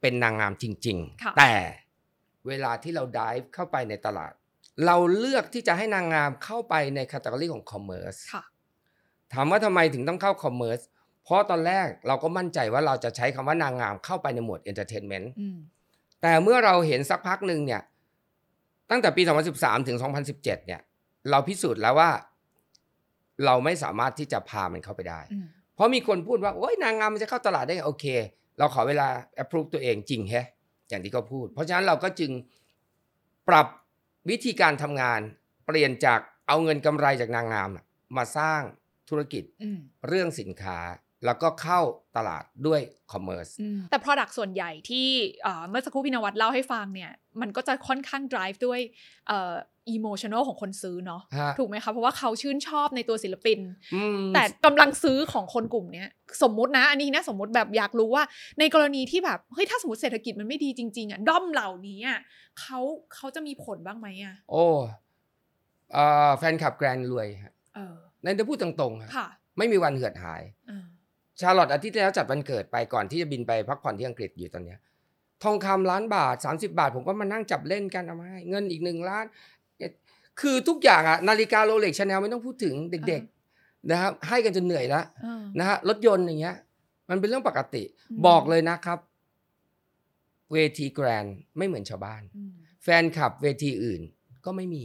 Speaker 1: เป็นนางงามจริง
Speaker 2: ค่ะ
Speaker 1: ๆ แต่เวลาที่เราดิฟเข้าไปในตลาด เราเลือกที่จะให้นางงามเข้าไปในคาตาล็อของคอมเมอร์ส
Speaker 2: ค่ะ
Speaker 1: ถามว่าทำไมถึงต้องเข้าคอมเมอร์สเพราะตอนแรกเราก็มั่นใจว่าเราจะใช้คำว่านางงามเข้าไปในหมวดเอนเตอร์เทนเมนต์
Speaker 2: อืม
Speaker 1: แต่เมื่อเราเห็นสักพักหนึ่งเนี่ย ตั้งแต่ปี 2013 ถึง 2017 เนี่ย เราพิสูจน์แล้วว่า เราไม่สามารถที่จะพามันเข้าไปได้
Speaker 2: อืม
Speaker 1: เพราะมีคนพูดว่า โอ๊ยนางงามมันจะเข้าตลาดได้ไงโอเค เราขอเวลา approve ตัวเองจริงแฮะ อย่างที่เขาพูด เพราะฉะนั้นเราก็จึงปรับวิธีการทำงาน เปลี่ยนจากเอาเงินกำไรจากนางงามอะมาสร้างธุรกิจ
Speaker 2: อืม
Speaker 1: เรื่องสินค้า แล้วก็เข้าตลาดด้วยคอมเมอร์ส
Speaker 2: แต่ Product ส่วนใหญ่ที่เอ่อเมื่อสักครู่พี่นวัดเล่าให้ฟังเนี่ย มันก็จะค่อนข้าง drive ด้วยเอ่อ emotional ของคนซื้อเนาะ
Speaker 1: ฮะ
Speaker 2: ถูกไหมคะเพราะว่าเขาชื่นชอบในตัวศิลปิน
Speaker 1: อืม
Speaker 2: แต่กำลังซื้อของคนกลุ่มเนี้ยสมมตินะ อันนี้นะสมมติแบบอยากรู้ว่า ในกรณีที่แบบเฮ้ยถ้าสมมติเศรษฐกิจมันไม่ดีจริง ๆอ่ะด้อมเหล่านี้อ่ะเขาเขาจะมีผลบ้างไหมอ่ะ
Speaker 1: โอ้เอ่อแฟนคลับแกรนรวยฮะ
Speaker 2: เออ
Speaker 1: นั่นจะพูดตรงๆฮะ
Speaker 2: ค่ะ
Speaker 1: ไม่มีวันเหือดหาย
Speaker 2: อ่า
Speaker 1: ชาลอตอาทิตย์ที่แล้วจัดวันเกิดไปก่อนที่จะบินไปพักผ่อนที่อังกฤษอยู่ตอนเนี้ยทองคำล้านบาท 30 บาท ผมก็มานั่งจับเล่นกันเอามาให้เงินอีกหนึ่งล้านเอ็ดคือทุกอย่างอะนาฬิกาโรเล็กชาแนลไม่ต้องพูดถึงเด็กๆนะครับให้กันจนเหนื่อยแล้ว
Speaker 2: อ่า
Speaker 1: นะฮะรถยนต์อย่างเงี้ย มันเป็นเรื่องปกติ
Speaker 2: อืม
Speaker 1: บอกเลยนะครับ เวทีแกรนด์ไม่เหมือนชาวบ้าน
Speaker 2: อืม
Speaker 1: แฟนคลับเวทีอื่นก็ไม่มี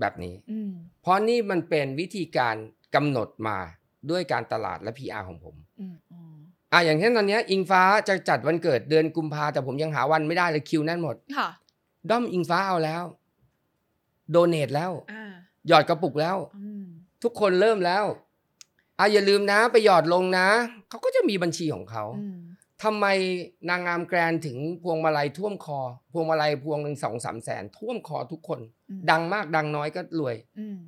Speaker 1: แบบนี้
Speaker 2: อืม
Speaker 1: เพราะนี่มันเป็นวิธีการกำหนดมาด้วยการตลาดและ PR ของผม
Speaker 2: อืมอืม
Speaker 1: อ่ะอย่างเช่นตอนเนี้ยอิงฟ้าจะจัดวันเกิดเดือนกุมภาแต่ผมยังหาวันไม่ได้เลยคิวแน่นหมด
Speaker 2: ค่ะ
Speaker 1: ด้อมอิงฟ้าเอาแล้ว โดเนทแล้ว
Speaker 2: อ่า
Speaker 1: หยอดกระปุกแล้ว
Speaker 2: อืม
Speaker 1: ทุกคนเริ่มแล้วอ่ะอย่าลืมนะ ไปหยอดลงนะ เขาก็จะมีบัญชีของเขา
Speaker 2: อืม
Speaker 1: ทำไมนางงามแกรนถึงพวงมาลัยท่วมคอ พวงมาลัยพวงหนึ่งสองสามแสนท่วมคอทุกคน
Speaker 2: อืม
Speaker 1: ดังมากดังน้อยก็รวย
Speaker 2: อืม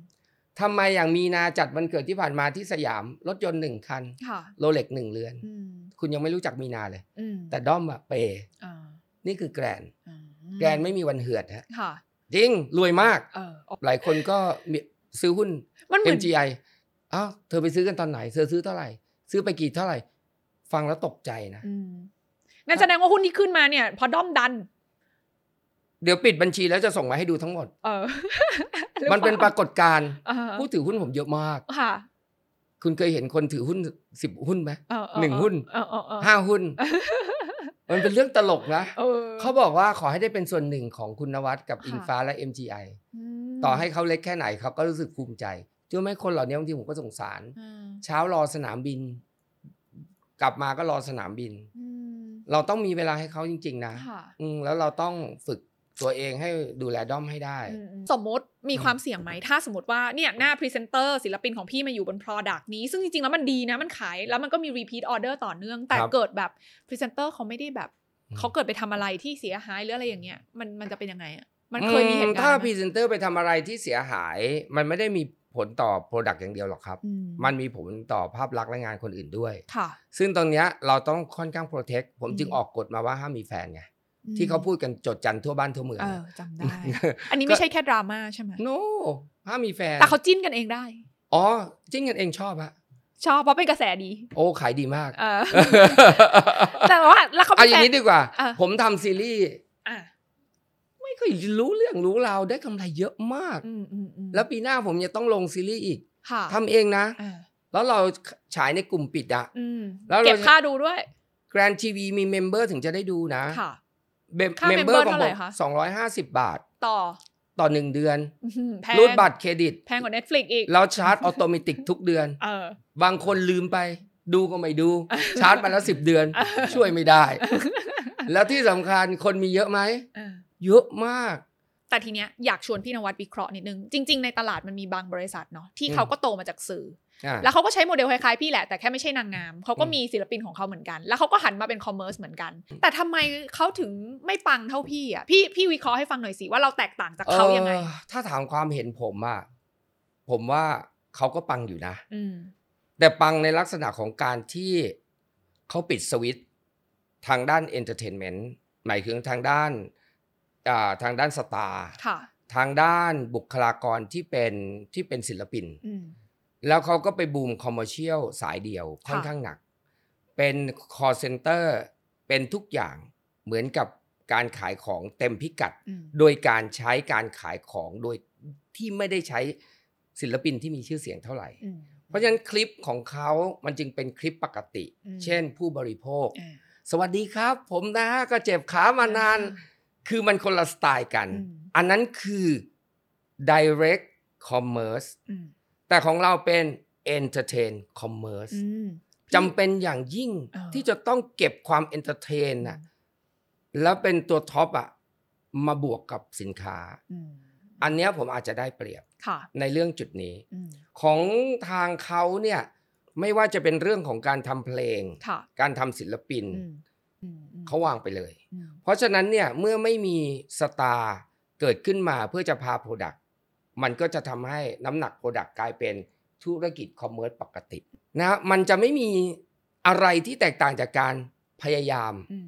Speaker 1: ทำไมอย่างมีนาจัดวันเกิดที่ผ่านมาที่สยาม รถยนต์หนึ่งคัน
Speaker 2: ค่ะ
Speaker 1: โรเล็กหนึ่งเรือน
Speaker 2: อืม
Speaker 1: คุณยังไม่รู้จักมีนาเลย
Speaker 2: อืม
Speaker 1: แต่ด้อมอะเปย์
Speaker 2: อ่า
Speaker 1: นี่คือแกรน
Speaker 2: อ่า
Speaker 1: แกรนไม่มีวันเหือดฮะ
Speaker 2: ค่ะ
Speaker 1: จริงรวยมาก
Speaker 2: เออ
Speaker 1: หลายคนก็มีซื้อหุ้น
Speaker 2: มันเหมือน
Speaker 1: MGI อ้าวเธอไปซื้อกันตอนไหน เธอซื้อเท่าไหร่ ซื้อไปกี่เท่าไหร่ ฟังแล้วตกใจนะ
Speaker 2: อืมงั้นแสดงว่าหุ้นที่ขึ้นมาเนี่ย พอด้อมดัน
Speaker 1: เดี๋ยวปิดบัญชีแล้วจะส่งมาให้ดูทั้งหมด
Speaker 2: เออ
Speaker 1: มันเป็นปรากฏการณ์
Speaker 2: เออ
Speaker 1: ผู้ถือหุ้นผมเยอะมาก
Speaker 2: ค่ะ
Speaker 1: คุณเคยเห็นคนถือหุ้นสิบหุ้นไหม
Speaker 2: เออเออ
Speaker 1: หนึ่งหุ้น
Speaker 2: เออเออเออ
Speaker 1: ห้าหุ้น มันเป็นเรื่องตลกนะ
Speaker 2: เออ
Speaker 1: เขาบอกว่าขอให้ได้เป็นส่วนหนึ่งของคุณนวัดกับอิงฟ้าและ MGI
Speaker 2: ม
Speaker 1: ต่อให้เขาเล็กแค่ไหนเขาก็รู้สึกภูมิใจเชื่อไหมคนเหล่านี้บางทีผมก็สงสาร
Speaker 2: อ่า
Speaker 1: เช้ารอสนามบิน กลับมาก็รอสนามบิน
Speaker 2: อืม
Speaker 1: เราต้องมีเวลาให้เขาจริง ๆ นะ
Speaker 2: ค่ะ
Speaker 1: อืมแล้วเราต้องฝึกตัวเองให้ดูแลด้อมให้ได้
Speaker 2: อืมอืมสมมติมีความเสี่ยงไหม ถ้าสมมติว่าเนี่ยหน้าพรีเซนเตอร์ศิลปินของพี่มาอยู่บน Product นี้ ซึ่งจริง ๆ แล้วมันดีนะ มันขาย แล้วมันก็มี repeat order ต่อเนื่อง แต่
Speaker 1: ครับ
Speaker 2: เกิดแบบพรีเซนเตอร์เขาไม่ได้แบบ
Speaker 1: อืม
Speaker 2: เขาเกิดไปทำอะไรที่เสียหายหรืออะไรอย่างเงี้ย มันมันจะเป็นยังไงอะมันเคยมีเหตุ
Speaker 1: อื
Speaker 2: การณ์
Speaker 1: ถ้า
Speaker 2: ไห
Speaker 1: พ
Speaker 2: ม
Speaker 1: รีเซนเตอร์ไปทำอะไรที่เสียหาย มันไม่ได้มีผลต่อโปรดักต์อย่างเดียวหรอกครับ
Speaker 2: อืม
Speaker 1: มันมีผลต่อภาพลักษณ์และงานคนอื่นด้วย
Speaker 2: ค่ะ
Speaker 1: ซึ่งตรงเนี้ยเราต้องค่อนข้างโปรเทคผมจึง
Speaker 2: อืม
Speaker 1: ออกกฎมาว่าห้ามมีแฟนไงที่เขาพูดกันจดจันทั่วบ้านทั่วเมือง
Speaker 2: เออ
Speaker 1: อะ
Speaker 2: จำได้ อันนี้ไม่ใช่แค่ดราม่าใช่ไหม
Speaker 1: no ห้ามมีแฟน
Speaker 2: แต่เขาจิ้นกันเองได้
Speaker 1: อ๋อจริงกันเองชอบฮะ
Speaker 2: ชอบเพราะเป็นกระแสดี
Speaker 1: โอ้ขายดีมาก
Speaker 2: เออ แต่ว่าแล้วเขา
Speaker 1: เอา
Speaker 2: เป็น
Speaker 1: อ
Speaker 2: แฟ
Speaker 1: ย่าง
Speaker 2: น
Speaker 1: นี้ดีกว่า
Speaker 2: อ่ะ
Speaker 1: ผมทำซีรีส์
Speaker 2: อ่ะ
Speaker 1: ไม่ค่อยรู้เรื่องรู้ราวได้กำไรเยอะมาก
Speaker 2: อืมอืมอืม
Speaker 1: แล้วปีหน้าผมจะต้องลงซีรีส์อีก
Speaker 2: ค่ะ
Speaker 1: ทำเองนะ
Speaker 2: อ่า
Speaker 1: แล้วเราฉายในกลุ่มปิดอะ
Speaker 2: อืม
Speaker 1: แล้วเรา
Speaker 2: เก็บค่าดูด้วย
Speaker 1: แกรนทีวีมีเมมเบอร์ถึงจะได้ดูนะ
Speaker 2: ค่ะ
Speaker 1: เมม
Speaker 2: ค่า
Speaker 1: เม
Speaker 2: member
Speaker 1: มเบอร์ของ
Speaker 2: เท่าไห
Speaker 1: ผ
Speaker 2: ร่
Speaker 1: ม
Speaker 2: คะ
Speaker 1: สองร้อยห้าสิบบาท
Speaker 2: ต่อ
Speaker 1: ต่อหนึ่งเดือน
Speaker 2: อื้อหือแพง
Speaker 1: รูดบัตรเครดิต
Speaker 2: แพงกว่า Netflix อีก
Speaker 1: แล้วชาร์จออโตเมติกทุกเดือน
Speaker 2: เออ
Speaker 1: บางคนลืมไป ดูก็ไม่ดู
Speaker 2: อ่ะ
Speaker 1: ชาร์จมาแล้วสิบเดือน
Speaker 2: อ่ะ
Speaker 1: ช่วยไม่ได้ แล้วที่สำคัญคนมีเยอะไหม
Speaker 2: เออ
Speaker 1: เยอะมาก
Speaker 2: แต่ทีเนี้ยอยากชวนพี่นวัดวิเคราะห์นิดนึง จริง ๆ ในตลาดมันมีบางบริษัทเนาะที่
Speaker 1: อืม
Speaker 2: เขาก็โตมาจากสื่อ
Speaker 1: อ่ะ
Speaker 2: แล้วเขาก็ใช้โมเดลคล้ายๆพี่แหละแต่แค่ไม่ใช่นางงามเขาก็
Speaker 1: อืม
Speaker 2: มีศิลปินของเขาเหมือนกัน แล้วเขาก็หันมาเป็นคอมเมอร์สเหมือนกัน แต่ทำไมเขาถึงไม่ปังเท่าพี่อ่ะพี่พี่วิเคราะห์ให้ฟังหน่อยสิว่าเราแตกต่างจากเขายังไง
Speaker 1: เอ่อถ้าถามความเห็นผมอะผมว่าเขาก็ปังอยู่นะ
Speaker 2: อืม
Speaker 1: แต่ปังในลักษณะของการที่เขาปิดสวิตช์ทางด้านเอนเตอร์เทนเมนต์หมายถึงทางด้านอ่าทางด้านสตาร์
Speaker 2: ค่ะ
Speaker 1: ทางด้านบุคลากรที่เป็นที่เป็นศิลปิน
Speaker 2: อืม
Speaker 1: แล้วเขาก็ไปบูมคอมเมอร์เชียลสายเดียวค่อนข้างหนัก เป็นคอร์เซนเตอร์เป็นทุกอย่างเหมือนกับการขายของเต็มพิกัด
Speaker 2: อืม
Speaker 1: โดยการใช้การขายของโดยที่ไม่ได้ใช้ศิลปินที่มีชื่อเสียงเท่าไหร่
Speaker 2: อืม
Speaker 1: เพราะฉะนั้นคลิปของเขามันจึงเป็นคลิปปกติ
Speaker 2: อืม
Speaker 1: เช่นผู้บริโภค
Speaker 2: อ่า
Speaker 1: สวัสดีครับ ผมนะฮะก็เจ็บขามานาน คือมันคนละสไตล์กัน
Speaker 2: อืม
Speaker 1: อันนั้นคือ direct commerce
Speaker 2: อืม
Speaker 1: แต่ของเราเป็น entertain commerce
Speaker 2: อืม
Speaker 1: จำเป็นอย่างยิ่ง
Speaker 2: เออ
Speaker 1: ที่จะต้องเก็บความ entertain น่ะแล้วเป็นตัวท็อปอะมาบวกกับสินค้า
Speaker 2: อืม
Speaker 1: อันเนี้ยผมอาจจะได้เปรียบ
Speaker 2: ค่ะ
Speaker 1: ในเรื่องจุดนี้
Speaker 2: อืม
Speaker 1: ของทางเขาเนี่ย ไม่ว่าจะเป็นเรื่องของการทำเพลง
Speaker 2: ค่ะ
Speaker 1: การทำศิลปิน
Speaker 2: อืมอืมอืม
Speaker 1: เขาวางไปเลย
Speaker 2: อืม
Speaker 1: เพราะฉะนั้นเนี่ยเมื่อไม่มีสตาร์เกิดขึ้นมาเพื่อจะพาโปรดักต์มันก็จะทำให้น้ำหนักโปรดักต์กลายเป็นธุรกิจคอมเมอร์สปกตินะ มันจะไม่มีอะไรที่แตกต่างจากการพยายาม
Speaker 2: อืม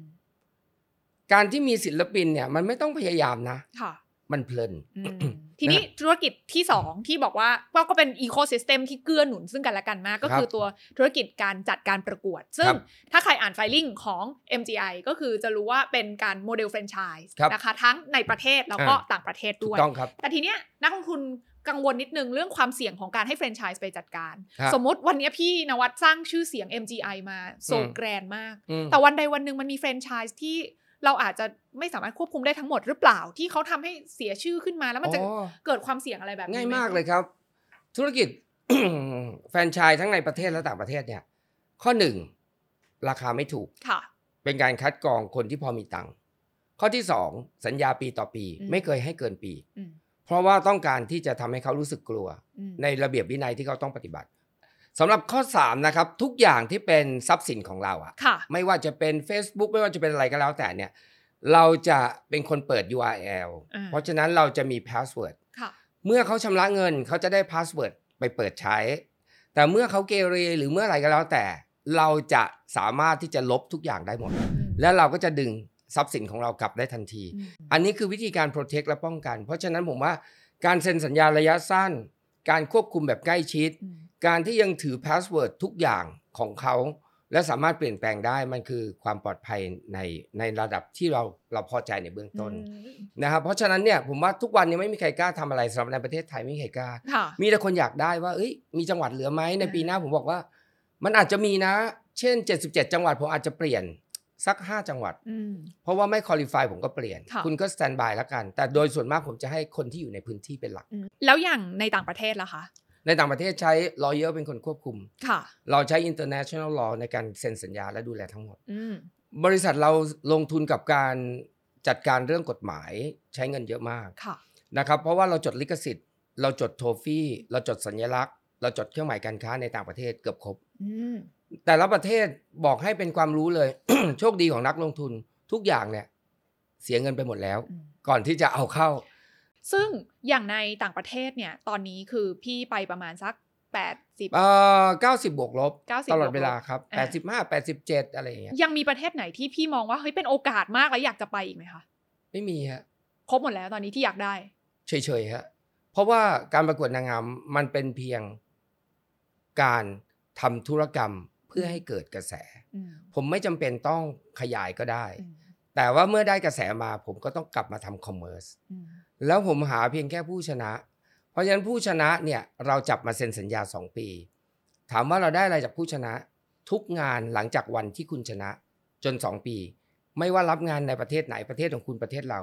Speaker 1: การที่มีศิลปินเนี่ยมันไม่ต้องพยายามนะ
Speaker 2: ค่ะ
Speaker 1: มันเพลิน
Speaker 2: อืม ทีนี้ธุรกิจที่สองที่บอกว่าก็ก็เป็นอีโค y ิสเต็มที่เกื้อหนุนซึ่งกันและกันมาก ก็คื
Speaker 1: ค
Speaker 2: อ
Speaker 1: รับ
Speaker 2: ตัวธุรกิจการจัดการประกวด ซึ่
Speaker 1: ค
Speaker 2: ง
Speaker 1: รับ
Speaker 2: ถ้าใครอ่านไฟลิ่งของ MGI ก็คือจะรู้ว่าเป็นการโมเดลแฟรนไชส์
Speaker 1: ครับ
Speaker 2: นะคะทั้งในประเทศแล้วก็
Speaker 1: อ่า
Speaker 2: ต่างประเทศ
Speaker 1: ถู
Speaker 2: ด้
Speaker 1: ก
Speaker 2: วย
Speaker 1: ต้องครับ
Speaker 2: แต่ทีเนี้ยนักลงทุนกังวลนิดนึงเรื่องความเสี่ยงของการให้แฟรนไชส์ไปจัดการ
Speaker 1: ครับ
Speaker 2: สมมติวันเนี้ยพี่นวัดสร้างชื่อเสียง MGI มาโซ
Speaker 1: อืม
Speaker 2: แกรนด์มาก
Speaker 1: อืม
Speaker 2: แต่วันใดวันหนึ่งมันมีแฟรนไชส์ที่เราอาจจะไม่สามารถควบคุมได้ทั้งหมดหรือเปล่าที่เขาทำให้เสียชื่อขึ้นมาแล้วมันจะ
Speaker 1: อ๋อ
Speaker 2: เกิดความเสี่ยงอะไรแบบนี้
Speaker 1: ง่าย
Speaker 2: ไห
Speaker 1: มากเลยครับ ธุรกิจ แฟรนไชส์ทั้งในประเทศและต่างประเทศเนี่ย ข้อหนึ่งราคาไม่ถูก
Speaker 2: ค่ะ
Speaker 1: เป็นการคัดกรองคนที่พอมีตังค์ข้อที่สองสัญญาปีต่อปี
Speaker 2: อืม
Speaker 1: ไม่เคยให้เกินปี
Speaker 2: อืม
Speaker 1: เพราะว่าต้องการที่จะทำให้เขารู้สึกกลัว
Speaker 2: อืม
Speaker 1: ในระเบียบวินัยที่เขาต้องปฏิบัติสำหรับข้อสามนะครับ ทุกอย่างที่เป็นทรัพย์สินของเราอะ
Speaker 2: ค่ะ
Speaker 1: ไม่ว่าจะเป็น Facebook ไม่ว่าจะเป็นอะไรก็แล้วแต่เนี่ย เราจะเป็นคนเปิด URL
Speaker 2: อ่า
Speaker 1: เพราะฉะนั้นเราจะมี password
Speaker 2: ค่ะ
Speaker 1: เมื่อเขาชำระเงินเขาจะได้พาสเวิร์ดไปเปิดใช้ แต่เมื่อเขาเกเรหรือเมื่อไหร่ก็แล้วแต่ เราจะสามารถที่จะลบทุกอย่างได้หมด
Speaker 2: อืม
Speaker 1: แล้วเราก็จะดึง ทรัพย์สินของเรากลับได้ทันที
Speaker 2: อืม
Speaker 1: อันนี้คือวิธีการโปรเทคและป้องกัน เพราะฉะนั้นผมว่าการเซ็นสัญญาระยะสั้น การควบคุมแบบใกล้ชิด
Speaker 2: อืม
Speaker 1: การที่ยังถือพาสเวิร์ดทุกอย่างของเขา และสามารถเปลี่ยนแปลงได้มันคือความปลอดภัยในในระดับที่เราเราพอใจในเบื้องต้นนะครับเพราะฉะนั้นเนี่ยผมว่าทุกวันนี้ไม่มีใครกล้าทำอะไรสำหรับในประเทศไทยไม่มีใครกล้า
Speaker 2: ค่ะ
Speaker 1: มีแต่คนอยากได้ว่าเอ้ยมีจังหวัดเหลือไหมใน
Speaker 2: อ่า
Speaker 1: ปีหน้าผมบอกว่า มันอาจจะมีนะ เช่น 77 จังหวัดผมอาจจะเปลี่ยนสัก 5 จังหวัด
Speaker 2: อืม
Speaker 1: เพราะว่าไม่คอลี่ฟายผมก็เปลี่ยน
Speaker 2: ค่ะ
Speaker 1: คุณก็สแตนบายแล้วกัน แต่โดยส่วนมากผมจะให้คนที่อยู่ในพื้นที่เป็นหลัก
Speaker 2: อืมแล้วอย่างในต่างประเทศล่ะคะ
Speaker 1: ในต่างประเทศใช้ lawyer เป็นคนควบคุม
Speaker 2: ค่ะ
Speaker 1: เราใช้ international law ในการเซ็นสัญญาและดูแลทั้งหมด
Speaker 2: อืม
Speaker 1: บริษัทเราลงทุนกับการจัดการเรื่องกฎหมายใช้เงินเยอะมาก
Speaker 2: ค่ะ
Speaker 1: นะครับ เพราะว่าเราจดลิขสิทธิ์ เราจดโทฟี่ เราจดสัญลักษณ์ เราจดเครื่องหมายการค้าในต่างประเทศเกือบครบ
Speaker 2: อืม
Speaker 1: แต่ละประเทศบอกให้เป็นความรู้เลย โชคดีของนักลงทุนทุกอย่างเนี่ยเสียเงินไปหมดแล้ว
Speaker 2: อืม
Speaker 1: ก่อนที่จะเอาเข้า
Speaker 2: ซึ่งอย่างในต่างประเทศเนี่ย ตอนนี้คือพี่ไปประมาณสักแปดสิบ
Speaker 1: เอ่อ90 บวกลบ
Speaker 2: 90
Speaker 1: ตลอดเวลาครับ
Speaker 2: อ่
Speaker 1: 85 87 อะไรอย่างเงี้ย
Speaker 2: ยังมีประเทศไหนที่พี่มองว่าเฮ้ยเป็นโอกาสมากแล้วอยากจะไปอีกไหมคะ
Speaker 1: ไม่มีฮะ
Speaker 2: ครบหมดแล้วตอนนี้ที่อยากได้
Speaker 1: เฉยๆฮะเพราะว่าการประกวดนางงามมันเป็นเพียงการทำธุรกรรมเพื่อให้เกิดกระแส
Speaker 2: อืม
Speaker 1: ผมไม่จำเป็นต้องขยายก็ได้
Speaker 2: อืม
Speaker 1: แต่ว่าเมื่อได้กระแสมาผมก็ต้องกลับมาทำคอมเมอร์ส
Speaker 2: อืม
Speaker 1: แล้วผมหาเพียงแค่ผู้ชนะ เพราะฉะนั้นผู้ชนะเนี่ยเราจับมาเซ็นสัญญา 2 ปี ถามว่าเราได้อะไรจากผู้ชนะ ทุกงานหลังจากวันที่คุณชนะ จน 2 ปี ไม่ว่ารับงานในประเทศไหนประเทศของคุณประเทศเรา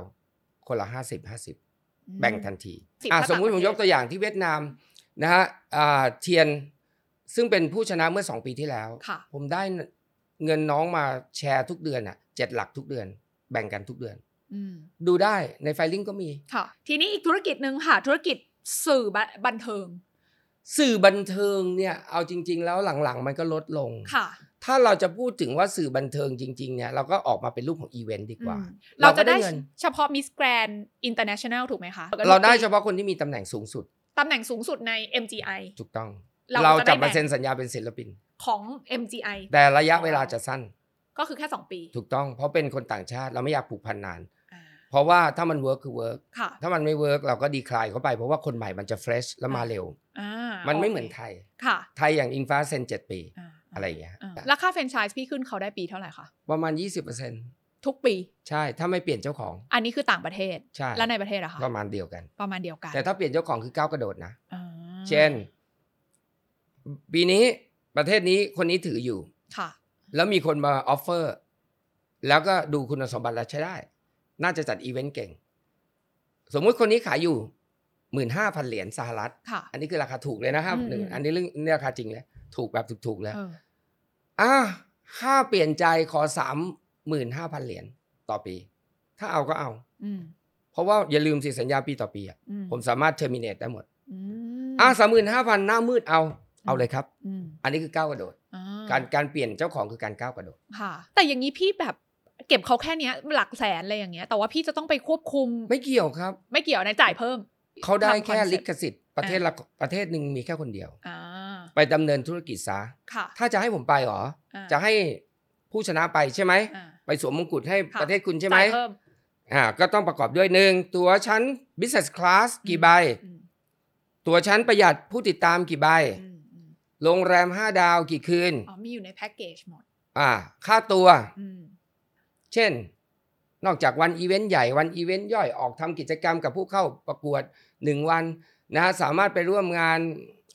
Speaker 1: คนละ 50 50 แบ่งทันที
Speaker 2: สิบ
Speaker 1: อ่ะ
Speaker 2: ถ้า
Speaker 1: สมมุติผ
Speaker 2: ต่า
Speaker 1: ม
Speaker 2: งประเท
Speaker 1: ย
Speaker 2: ศ
Speaker 1: กตัวอย่างที่เวียดนามนะฮะอ่าเทียนซึ่งเป็นผู้ชนะเมื่อ 2 ปีที่แล้ว
Speaker 2: ค่ะ
Speaker 1: ผมได้เงินน้องมาแชร์ทุกเดือนอ่ะเจ็ดหลักทุกเดือน แบ่งกันทุกเดือน
Speaker 2: อืม
Speaker 1: ดูได้ในไฟลิ่งก็มี
Speaker 2: ค่ะ ทีนี้อีกธุรกิจหนึ่งค่ะ ธุรกิจสื่อบับันเทิง
Speaker 1: สื่อบันเทิงเนี่ยเอาจริง ๆ แล้วหลังๆ มันก็ลดลง
Speaker 2: ค่ะ
Speaker 1: ถ้าเราจะพูดถึงว่าสื่อบันเทิงจริง ๆ เนี่ยเราก็ออกมาเป็นรูปของอีเวนต์ดีกว่า
Speaker 2: อืมเราจะได้
Speaker 1: เราก็ได้เงิน
Speaker 2: เฉพาะมิสแกรน n d อินเตอร์เนชั่นแนลถูกไหมคะ
Speaker 1: เราได้เฉพาะคนที่มีตำแหน่งสูงสุด
Speaker 2: ตำแหน่งสูงสุดใน MGI
Speaker 1: ถูกต้อง
Speaker 2: เรา
Speaker 1: เรา
Speaker 2: จะได้
Speaker 1: จับมาเซ็นสัญญาเป็นศิลปิน
Speaker 2: ของ MGI
Speaker 1: แต่ระยะเวลาจะสั้น
Speaker 2: ก็คือแค่ 2 ปี
Speaker 1: ถูกต้อง เพราะเป็นคนต่างชาติเราไม่อยากผูกพันนาน
Speaker 2: อ่า
Speaker 1: เพราะว่าถ้ามันเวิร์กคือเวิร์ก
Speaker 2: ค่ะ
Speaker 1: ถ้ามันไม่เวิร์กเราก็ดีคลายเข้าไปเพราะว่าคนใหม่มันจะเฟรชและมาเร็ว
Speaker 2: อ่า
Speaker 1: มันไม่
Speaker 2: โค
Speaker 1: เหมือนไทย
Speaker 2: ค่ะ
Speaker 1: ไทยอย่างอิงฟ้าเซ็นเจ็ดปี
Speaker 2: า
Speaker 1: อะไรอย่างเงี้ย
Speaker 2: อ่าราคาแฟรนไชส์พี่ขึ้นเขาได้ปีเท่าไหร่คะ
Speaker 1: ประมาณ 20%
Speaker 2: ทุกปี
Speaker 1: ใช่ถ้าไม่เปลี่ยนเจ้าของ
Speaker 2: อันนี้คือต่างประเทศ
Speaker 1: ใช่
Speaker 2: และในประเทศอะคะ
Speaker 1: ประมาณเดียวกัน
Speaker 2: ประมาณเดียวกัน
Speaker 1: แต่ถ้าเปลี่ยนเจ้าของคือก้าวกระโดดนะ
Speaker 2: อ่า
Speaker 1: เช่น ปีนี้ประเทศนี้คนนี้ถืออยู่
Speaker 2: ค่ะ
Speaker 1: แล้วมีคนมาออฟเฟอร์ แล้วก็ดูคุณสมบัติแล้วใช้ได้ น่าจะจัดอีเวนต์เก่ง สมมุติคนนี้ขายอยู่หมื่นห้าพันเหรียญสหรัฐ
Speaker 2: ค่ะ
Speaker 1: อันนี้คือราคาถูกเลยนะครับ
Speaker 2: อืม
Speaker 1: หนึ่ง
Speaker 2: อืม
Speaker 1: อันนี้เรื่องนี่ราคาจริงเลยถูกแบบถูกๆแล้ว
Speaker 2: เออ
Speaker 1: อ่ะค่าเปลี่ยนใจขอสามหมื่นห้าพันเหรียญต่อปี ถ้าเอาก็เอา
Speaker 2: อืม
Speaker 1: เพราะว่าอย่าลืมสิสัญญาปีต่อปีอะ
Speaker 2: อืม
Speaker 1: ผมสามารถเทอร์มินเนตได้หมด
Speaker 2: อืม
Speaker 1: อ่ะสามหมื่นห้าพันหน้ามืดเอาเอาเลยครับ
Speaker 2: อืม
Speaker 1: อันนี้คือก้าวกระโดด
Speaker 2: อ่
Speaker 1: การการเปลี่ยนเจ้าของคือการก้าวกระโดด
Speaker 2: ค่ะ แต่อย่างนี้พี่แบบเก็บเขาแค่เนี้ยหลักแสนอะไรอย่างเงี้ย แต่ว่าพี่จะต้องไปควบคุม
Speaker 1: ไม่เกี่ยวครับ
Speaker 2: ไม่เกี่ยวนะจ่ายเพิ่ม
Speaker 1: เขาได้
Speaker 2: ทำ
Speaker 1: แค่
Speaker 2: อนเซ็
Speaker 1: ลิ
Speaker 2: ปต์
Speaker 1: ขสิทธิ์ประเทศละประเทศหนึ่งมีแค่คนเดียว
Speaker 2: อ่า
Speaker 1: ไปดำเนินธุรกิจซะ
Speaker 2: ค่ะ
Speaker 1: ถ้าจะให้ผมไปเหรอ
Speaker 2: อ่า
Speaker 1: จะให้ผู้ชนะไปใช่ไหม
Speaker 2: อ่า
Speaker 1: ไปสวมมงกุฎให้
Speaker 2: ค่ะ
Speaker 1: ประเทศคุณใช่ไหม
Speaker 2: จ่ายเพิ่ม
Speaker 1: อ่าก็ต้องประกอบด้วยหนึ่งตัวชั้น business class กี่ใบ
Speaker 2: อืม
Speaker 1: ตัวชั้นประหยัดผู้ติดตามกี่ใบ
Speaker 2: อืมอืม
Speaker 1: โรงแรม 5 ดาวกี่คืน
Speaker 2: อ๋อมีอยู่ในแพ็กเกจหมด
Speaker 1: อ่า ค่าตัว
Speaker 2: อืม
Speaker 1: เช่น นอกจากวันอีเวนต์ใหญ่วันอีเวนต์ย่อยออกทำกิจกรรมกับผู้เข้าประกวด 1 วันนะฮะสามารถไปร่วมงาน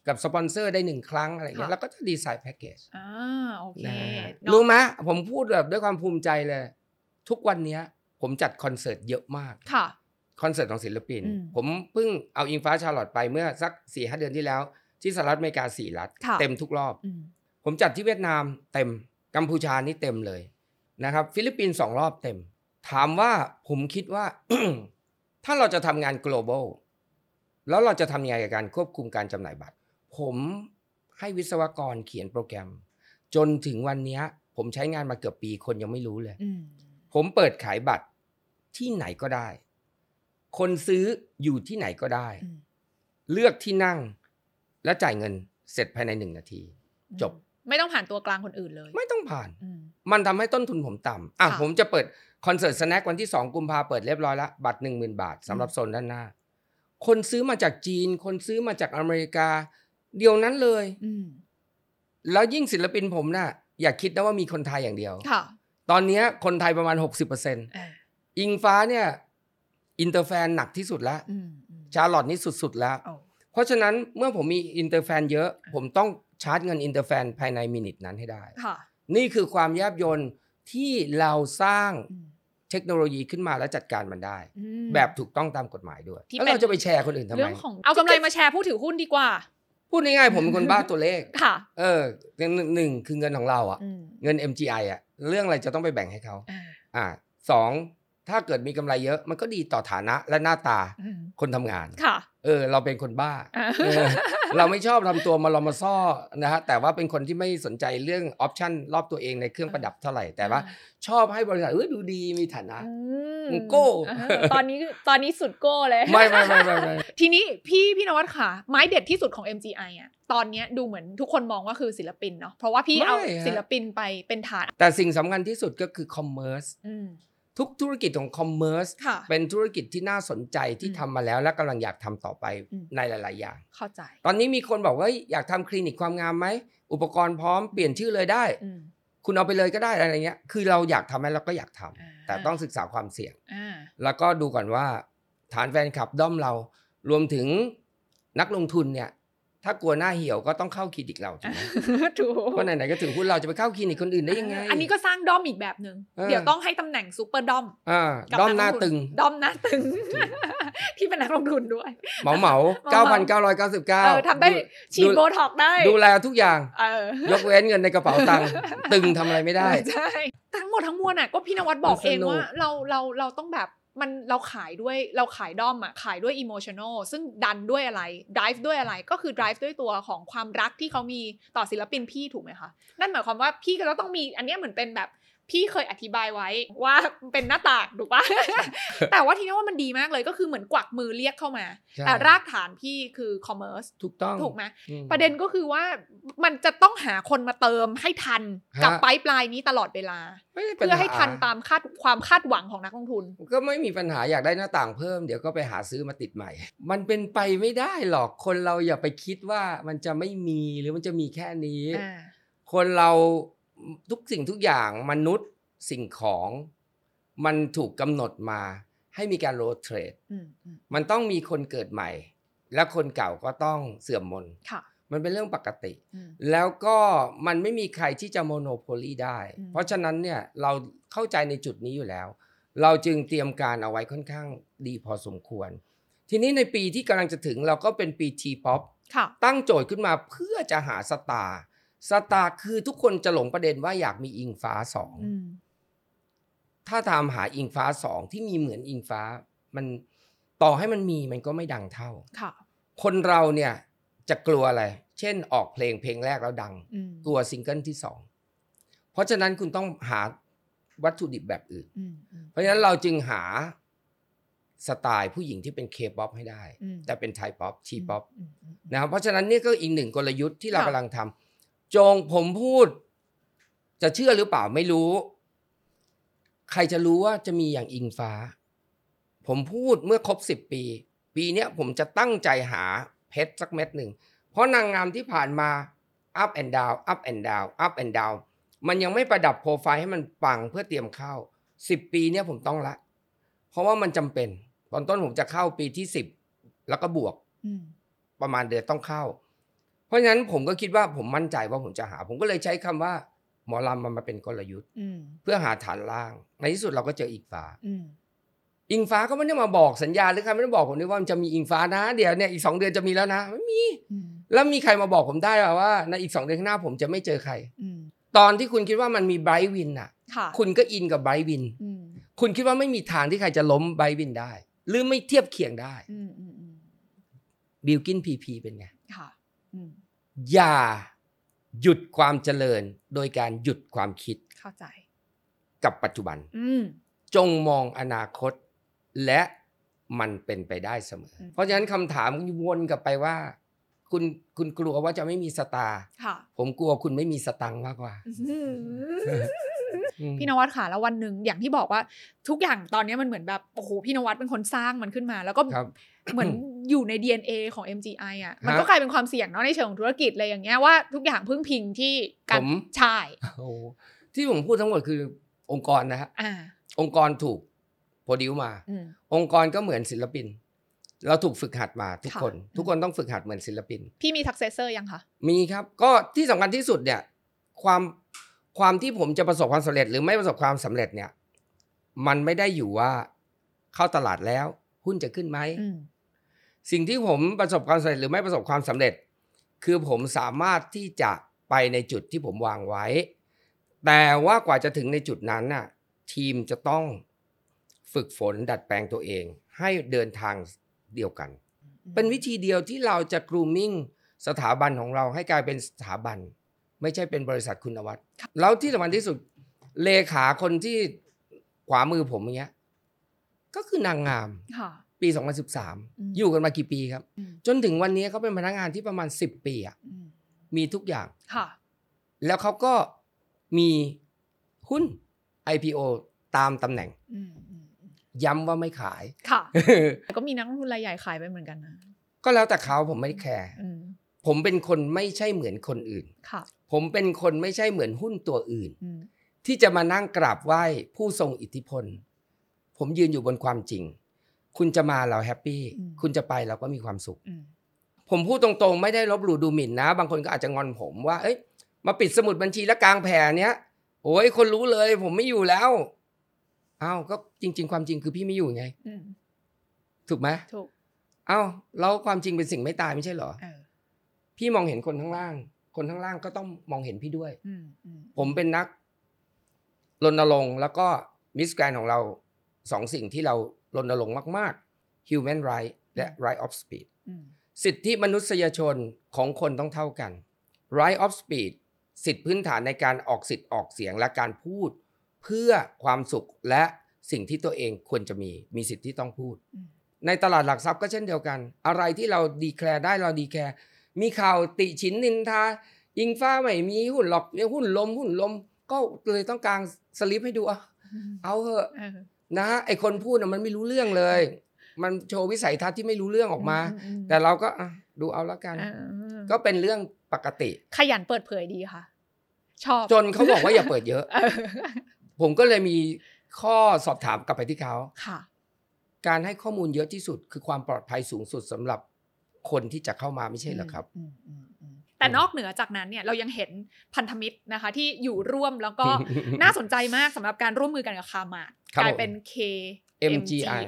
Speaker 1: กับสปอนเซอร์ได้ 1 ครั้งอะไรอย่างเงี้ยแล้วก็จะดีไซน์แพ็กเกจ
Speaker 2: อ่าโอเค
Speaker 1: นะฮะ
Speaker 2: เนอะ
Speaker 1: รู้ไหมผมพูดแบบด้วยความภูมิใจเลย ทุกวันเนี้ยผมจัดคอนเสิร์ตเยอะมาก
Speaker 2: ค่ะ
Speaker 1: คอนเสิร์ตของศิลปิน
Speaker 2: อืม
Speaker 1: ผมเพิ่งเอาอิงฟ้าชาลอตไปเมื่อสัก4ีหเดือนที่แล้ว ที่สหรัฐอเมริกาสี่รัฐ
Speaker 2: ค่ะ
Speaker 1: เต็มทุกรอบ
Speaker 2: อืม
Speaker 1: ผมจัดที่เวียดนามเต็มกัมพูชานี่เต็มเลยนะครับ ฟิลิปปินส์สองรอบเต็ม ถามว่าผมคิดว่า ถ้าเราจะทำงาน global แล้วเราจะทำยังไงกับการควบคุมการจำหน่ายบัตร ผมให้วิศวกรเขียนโปรแกรม จนถึงวันเนี้ย ผมใช้งานมาเกือบปีคนยังไม่รู้เลย
Speaker 2: อืม
Speaker 1: ผมเปิดขายบัตรที่ไหนก็ได้ คนซื้ออยู่ที่ไหนก็ได้
Speaker 2: อืม
Speaker 1: เลือกที่นั่งและจ่ายเงินเสร็จภายในหนึ่งนาที จบ
Speaker 2: ไม่ต้องผ่านตัวกลางคนอื่นเลย
Speaker 1: ไม่ต้องผ่าน
Speaker 2: อืม
Speaker 1: มันทำให้ต้นทุนผมต่ำอ่ะ
Speaker 2: ค่ะ
Speaker 1: ผมจะเปิดคอนเสิร์ตสแน็ควันที่ 2 กุมภาเปิดเรียบร้อยละบัตร 1 0,000 บาทสำหรับโซนด้านหน้า คนซื้อมาจากจีน คนซื้อมาจากอเมริกา เดียวนั้นเลย
Speaker 2: อืม
Speaker 1: แล้วยิ่งศิลปินผมน่ะ อย่าคิดนะว่ามีคนไทยอย่างเดียว
Speaker 2: ค่ะ
Speaker 1: ตอนเนี้ยคนไทยประมาณ 60%อ
Speaker 2: อ่า
Speaker 1: ิงฟ้าเนี่ย อินเตอร์แฟนหนักที่สุดแล้ว
Speaker 2: อืมอืม
Speaker 1: ชาร์ลอตนี่สุดๆแล้ว
Speaker 2: เอา
Speaker 1: เพราะฉะนั้นเมื่อผมมีอินเตอร์แฟนเยอะ ผมต้องชาร์จเงินอินเตอร์แฟนภายในมินิทนั้นให้ได้
Speaker 2: ค่ะ
Speaker 1: นี่คือความแยบยนที่เราสร้าง
Speaker 2: อืม
Speaker 1: เทคโนโลยีขึ้นมาและจัดการมันได้
Speaker 2: อืม
Speaker 1: แบบถูกต้องตามกฎหมายด้วย
Speaker 2: ที่
Speaker 1: แล้ว
Speaker 2: เป็น
Speaker 1: เราจะไปแชร์คนอื่นทำไม
Speaker 2: เรื่องของเอากำไรมาแชร์ผู้ถือหุ้นดีกว่า
Speaker 1: พูดง่ายๆผมเป็นคนบ้าตัวเลข
Speaker 2: ค่ะ
Speaker 1: เออหนึ่งหนึ่งคือเงินของเราอะ
Speaker 2: อืม
Speaker 1: เงิน MGI อะเรื่องอะไรจะต้องไปแบ่งให้เขา
Speaker 2: อ่า
Speaker 1: อ่าสองถ้าเกิดมีกำไรเยอะมันก็ดีต่อฐานะและหน้าตา
Speaker 2: อืม
Speaker 1: คนทำงาน
Speaker 2: ค่ะ
Speaker 1: เออ เราเป็นคนบ้า
Speaker 2: อ่า
Speaker 1: เออเราไม่ชอบทำตัวมาลอมาซ่อนะฮะ แต่ว่าเป็นคนที่ไม่สนใจเรื่องออปชันรอบตัวเองในเครื่องประดับเท่าไหร่ แต่ว่าชอบให้บริษัทเอ้ยดูดีมีฐานะ
Speaker 2: อืม
Speaker 1: โก้
Speaker 2: เออตอนนี้ตอนนี้สุดโก้เลย
Speaker 1: ไม่ไม่ไม่ไม่ไม่
Speaker 2: ทีนี้พี่พี่นวัดค่ะ ไม้เด็ดที่สุดของ MGI อ่ะตอนเนี้ยดูเหมือนทุกคนมองว่าคือศิลปินเนาะเพราะว่าพี่เอาศิลปินไปเป็นฐาน
Speaker 1: แต่สิ่งสำคัญที่สุดก็คือคอมเมอร์ส
Speaker 2: อืม
Speaker 1: ทุกธุรกิจของคอมเมอร์ส
Speaker 2: ค่ะ
Speaker 1: เป็นธุรกิจที่น่าสนใจที่
Speaker 2: อืม
Speaker 1: ทำมาแล้วและกำลังอยากทำต่อไป
Speaker 2: อืม
Speaker 1: ในหลาย ๆ อย่าง
Speaker 2: เข้าใจ
Speaker 1: ตอนนี้มีคนบอกว่าเฮ้ยอยากทำคลินิกความงามไหม อุปกรณ์พร้อมเปลี่ยนชื่อเลยได้
Speaker 2: อืม
Speaker 1: คุณเอาไปเลยก็ได้อะไรเงี้ย คือเราอยากทำไหมเราก็อยากทำ
Speaker 2: า
Speaker 1: แต่ต้องศึกษาความเสี่ยง
Speaker 2: อ่า
Speaker 1: แล้วก็ดูก่อนว่าฐานแฟนคลับด้อมเรา รวมถึงนักลงทุนเนี่ย ถ้ากลัวหน้าเหี่ยวก็ต้องเข้าคลินิกเราถูกไหม
Speaker 2: ถูก
Speaker 1: เพราะไหนๆก็ถือหุ้นเราจะไปเข้าคลินิกคนอื่นได้ยังไง
Speaker 2: อันนี้ก็สร้างด้อมอีกแบบหนึ่ง
Speaker 1: เออ
Speaker 2: เดี๋ยวต้องให้ตำแหน่งซูเปอร์ด้อม
Speaker 1: อ่า
Speaker 2: กับ
Speaker 1: ด้อมหน้า
Speaker 2: ลทุ
Speaker 1: ตึง
Speaker 2: ด้อมหน้าตึง ที่เป็นนักลงทุนด้วย
Speaker 1: เหมา เหมา
Speaker 2: เหมาเห เออ
Speaker 1: 9,999
Speaker 2: ทำได้ฉีดโบท็อกซ์ได้
Speaker 1: ดูแลทุกอย่าง
Speaker 2: เออ
Speaker 1: ยกเว้นเงินในกระเป๋าตัง ค์ตึงทำอะไรไม่ได้
Speaker 2: ใช่ทั้งหมดทั้งมวลน่ะก็พี่นวัดบอกเอง
Speaker 1: มันสนุก
Speaker 2: ว่าเราเราเราต้องแบบมันเราขายด้วยเราขายด้อมอ่ะขายด้วยอิโมชัน a ลซึ่งดันด้วยอะไร drive ด้วยอะไรก็คือ drive ด้วยตัวของความรักที่เขามีต่อศิลปินพี่ถูกไหมคะนั่นหมายความว่าพี่ก็ต้องมีอันเนี้ยเหมือนเป็นแบบพี่เคยอธิบายไว้ว่าเป็นหน้าต่างถู กปะ แต่ว่าทีนี้ว่ามันดีมากเลยก็คือเหมือนกวักมือเรียกเข้ามา
Speaker 1: ใช่
Speaker 2: แต่รากฐานพี่คือ commerce
Speaker 1: ถูกต้อง
Speaker 2: ถูกไหม
Speaker 1: อืม
Speaker 2: ประเด็นก็คือว่ามันจะต้องหาคนมาเติมให้ทันกับ
Speaker 1: ฮะ
Speaker 2: ปลายปลายนี้ตลอดเวลา
Speaker 1: ไม่ได้ปัญ
Speaker 2: เพื่อให้ทันตามคาดความคาดหวังของนักลงทุน
Speaker 1: ก็ไม่มีปัญหาอยากได้หน้าต่างเพิ่มเดี๋ยวก็ไปหาซื้อมาติดใหม่ มันเป็นไปไม่ได้หรอกคนเราอย่าไปคิดว่ามันจะไม่มีหรือมันจะมีแค่นี้
Speaker 2: อ่า
Speaker 1: คนเราทุกสิ่งทุกอย่างมนุษย์สิ่งของ มันถูกกำหนดมา ให้มีการโรเทรด
Speaker 2: อืมอืม
Speaker 1: มันต้องมีคนเกิดใหม่ และคนเก่าก็ต้องเสื่อมมน
Speaker 2: ค่ะ
Speaker 1: มันเป็นเรื่องปกติ
Speaker 2: อืม
Speaker 1: แล้วก็มันไม่มีใครที่จะโมโนโพลีได้
Speaker 2: อืม
Speaker 1: เพราะฉะนั้นเนี่ยเราเข้าใจในจุดนี้อยู่แล้ว เราจึงเตรียมการเอาไว้ค่อนข้างดีพอสมควร ทีนี้ในปีที่กำลังจะถึงเราก็เป็นปี T-POP
Speaker 2: ค่ะ
Speaker 1: ตั้งโจทย์ขึ้นมาเพื่อจะหาสตาร์สตาร์คือทุกคนจะหลงประเด็นว่าอยากมีอิงฟ้าสอง
Speaker 2: อืม
Speaker 1: ถ้าตามหาอิงฟ้าสองที่มีเหมือนอิงฟ้า มันต่อให้มันมีมันก็ไม่ดังเท่า
Speaker 2: ค่ะ
Speaker 1: คนเราเนี่ยจะกลัวอะไร เช่นออกเพลงเพลงแรกแล้วดัง
Speaker 2: อืม
Speaker 1: กลัวซิงเกิลที่สองเพราะฉะนั้นคุณต้องหาวัตถุดิบแบบอื่น
Speaker 2: อืมอืม
Speaker 1: เพราะฉะนั้นเราจึงหาสไตล์ผู้หญิงที่เป็นเคป๊อปให้ได้
Speaker 2: อืม
Speaker 1: แต่เป็นไทยป๊อปทีป๊อป
Speaker 2: มมอืม
Speaker 1: นะครับเพราะฉะนั้นนี่ก็อีกหนึ่งกลยุทธ์ที่เรา
Speaker 2: ค่ะ
Speaker 1: กำลังทำจงผมพูด จะเชื่อหรือเปล่าไม่รู้ ใครจะรู้ว่าจะมีอย่างอิงฟ้า ผมพูดเมื่อครบสิบปี ปีเนี้ยผมจะตั้งใจหาเพชรสักเม็ดหนึ่ง เพราะนางงามที่ผ่านมา up and down up and down up and down มันยังไม่ประดับโปรไฟล์ให้มันปังเพื่อเตรียมเข้าสิบปีเนี่ยผมต้องละ เพราะว่ามันจำเป็น ตอนต้นผมจะเข้าปีที่สิบแล้วก็บวก
Speaker 2: อืม
Speaker 1: ประมาณเดือนต้องเข้า เพราะฉะนั้นผมก็คิดว่าผมมั่นใจว่าผมจะหา ผมก็เลยใช้คำว่า หมอลำมันมาเป็นกลยุทธ์
Speaker 2: อืม
Speaker 1: เพื่อหาฐานล่าง ในที่สุดเราก็เจออิงฟ้า
Speaker 2: อืม
Speaker 1: อิงฟ้าก็ไม่ได้มาบอกสัญญาหรือใครไม่ได้บอกผมด้วยว่ามันจะมีอิงฟ้านะ เดี๋ยวเนี่ยอีกสองเดือนจะมีแล้วนะไม่มี
Speaker 2: อืม
Speaker 1: แล้วมีใครมาบอกผมได้ว่าว่าในอีกสองเดือนข้างหน้าผมจะไม่เจอใคร
Speaker 2: อืม
Speaker 1: ตอนที่คุณคิดว่ามันมีไบรท์วินอ่ะ
Speaker 2: ค่ะ
Speaker 1: คุณก็อินกับไบรท์วิน
Speaker 2: อืม
Speaker 1: คุณคิดว่าไม่มีทางที่ใครจะล้มไบรท์วินได้ หรือไม่เทียบเคียงได้
Speaker 2: อืมอืมอืม
Speaker 1: บิลกินพีพีเป็นไง
Speaker 2: ค่ะอืม
Speaker 1: อย่าหยุดความเจริญโดยการหยุดความคิด
Speaker 2: เข้าใจ
Speaker 1: กับปัจจุบัน
Speaker 2: อืม
Speaker 1: จงมองอนาคต และมันเป็นไปได้เสมอ
Speaker 2: อืม
Speaker 1: เพราะฉะนั้นคำถามวนกลับไปว่า คุณคุณกลัวว่าจะไม่มีสตาร์
Speaker 2: ค่ะ
Speaker 1: ผมกลัวคุณไม่มีสตังค์มากกว่า
Speaker 2: อื้อหือ
Speaker 1: อืม
Speaker 2: พี่นวัดค่ะแล้ววันหนึ่งอย่างที่บอกว่าทุกอย่างตอนเนี้ยมันเหมือนแบบโอ้โหพี่นวัดเป็นคนสร้างมันขึ้นมา แล้วก็
Speaker 1: ครับ
Speaker 2: เหมือนอยู่ใน DNA ของ MGI อ่ะมัน
Speaker 1: ครับ
Speaker 2: ก็กลายเป็นความเสี่ยงเนาะในเชิงของธุรกิจอะไรอย่างเงี้ยว่าทุกอย่างพึ่งพิงที่การ
Speaker 1: ผม
Speaker 2: ใช่
Speaker 1: โอ้ที่ผมพูดทั้งหมดคือองค์กรนะฮะ
Speaker 2: อ่า
Speaker 1: องค์กรถูกโปรดิวมา
Speaker 2: อืม
Speaker 1: องค์กรก็เหมือนศิลปิน เราถูกฝึกหัดมาทุก
Speaker 2: ค่ะ
Speaker 1: คน
Speaker 2: อืม
Speaker 1: ทุกคนต้องฝึกหัดเหมือนศิลปิน
Speaker 2: พี่มี successor ยังคะ
Speaker 1: มีครับ ก็ที่สำคัญที่สุดเนี่ย ความความที่ผมจะประสบความสำเร็จ หรือไม่ประสบความสำเร็จเนี่ย มันไม่ได้อยู่ว่าเข้าตลาดแล้ว หุ้นจะขึ้นไหม
Speaker 2: อืม
Speaker 1: สิ่งที่ผมประสบความสำเร็จหรือไม่ประสบความสำเร็จ คือผมสามารถที่จะไปในจุดที่ผมวางไว้ แต่ว่ากว่าจะถึงในจุดนั้นน่ะทีมจะต้องฝึกฝนดัดแปลงตัวเอง ให้เดินทางเดียวกัน เป็นวิธีเดียวที่เราจะ grooming สถาบันของเราให้กลายเป็นสถาบัน ไม่ใช่เป็นบริษัทคุณวัตรแล้วที่สำคัญที่สุดเลขาคนที่ขวามือผมอย่างเงี้ยก็คือนางงาม
Speaker 2: ค่ะ
Speaker 1: ปี 2013
Speaker 2: ม
Speaker 1: อยู่กันมากี่ปีครับ
Speaker 2: อืม
Speaker 1: จนถึงวันนี้เขาเป็นพนักงานที่ประมาณ 10 ปีอะ
Speaker 2: อืม
Speaker 1: มีทุกอย่าง
Speaker 2: ค่ะ
Speaker 1: แล้วเขาก็มีหุ้น IPO ตามตำแหน่ง
Speaker 2: อืมอืมอืม
Speaker 1: ย้ำว่าไม่ขาย
Speaker 2: ค่ะ แต่ก็มีนักลงทุนรายใหญ่ขายไปเหมือนกันนะ
Speaker 1: ก็แล้วแต่เขาผมไม่แคร์
Speaker 2: อืม
Speaker 1: ผมเป็นคนไม่ใช่เหมือนคนอื่น
Speaker 2: ค่ะ
Speaker 1: ผมเป็นคนไม่ใช่เหมือนหุ้นตัวอื่น
Speaker 2: อืม
Speaker 1: ที่จะมานั่งกราบไหว้ผู้ทรงอิทธิพล ผมยืนอยู่บนความจริง คุณจะมาเราแฮปปี้คุณจะไปเราก็มีความสุข
Speaker 2: อืม
Speaker 1: ผมพูดตรงๆ ไม่ได้ลบหลู่ดูหมิ่นนะ บางคนก็อาจจะงอนผมว่า เอ้ย มาปิดสมุดบัญชีแล้วกลางแผ่เนี้ยโอ้ยคนรู้เลย ผมไม่อยู่แล้วอ้าวก็จริง ๆ ความจริงคือพี่ไม่อยู่ไง
Speaker 2: อืม
Speaker 1: ถูกไหม
Speaker 2: ถูก
Speaker 1: อ้าวแล้วความจริงเป็นสิ่งไม่ตายไม่ใช่เหรอ
Speaker 2: เออ
Speaker 1: พี่มองเห็นคนข้างล่าง คนข้างล่างก็ต้องมองเห็นพี่ด้วย
Speaker 2: อืมอืม
Speaker 1: ผมเป็นนักรณรงค์แล้วก็มิสแกรนของเราสองสิ่งที่เรารณรงค์มากๆ human right และ right of speed
Speaker 2: อืม
Speaker 1: สิทธิมนุษยชนของคนต้องเท่ากัน right of speech สิทธิพื้นฐานในการออกสิทธิ์ออกเสียงและการพูด เพื่อความสุขและสิ่งที่ตัวเองควรจะมี มีสิทธิที่ต้องพูด
Speaker 2: อืม
Speaker 1: ในตลาดหลักทรัพย์ก็เช่นเดียวกัน อะไรที่เราดีแคลร์ได้เราดีแคลร์มีข่าวติฉินนินทา ยิงฟ้าไม่มีหุ้นหลอกหุ้นลมหุ้นลม ก็เลยต้องกางสลิปให้ดูอ่ะเอาเหอะ
Speaker 2: เออ
Speaker 1: นะ ไอคนพูดน่ะมันไม่รู้เรื่องเลย มันโชว์วิสัยทัศน์ที่ไม่รู้เรื่องออกมา
Speaker 2: อืม
Speaker 1: แต่เราก็อ่ะดูเอาแล้วกัน
Speaker 2: เออ
Speaker 1: ก็เป็นเรื่องปกติ
Speaker 2: ขยันเปิดเผยดีค่ะ ชอบ
Speaker 1: จนเขาบอกว่าอย่าเปิดเย อะ
Speaker 2: เออ
Speaker 1: ผมก็เลยมีข้อสอบถามกลับไปที่เขา
Speaker 2: ค่ะ
Speaker 1: การให้ข้อมูลเยอะที่สุด คือความปลอดภัยสูงสุดสำหรับคนที่จะเข้ามาไม่ใช่เหรอครับ
Speaker 2: มอืมอืมแต่นอกเหนือจากนั้นเนี่ยเรายังเห็นพันธมิตรนะคะ ที่อยู่ร่วมแล้วก็ น่าสนใจมากสำหรับการร่วมมือกันกับคามาด
Speaker 1: ครับ
Speaker 2: กลาย
Speaker 1: ผม
Speaker 2: เป็น K
Speaker 1: MGI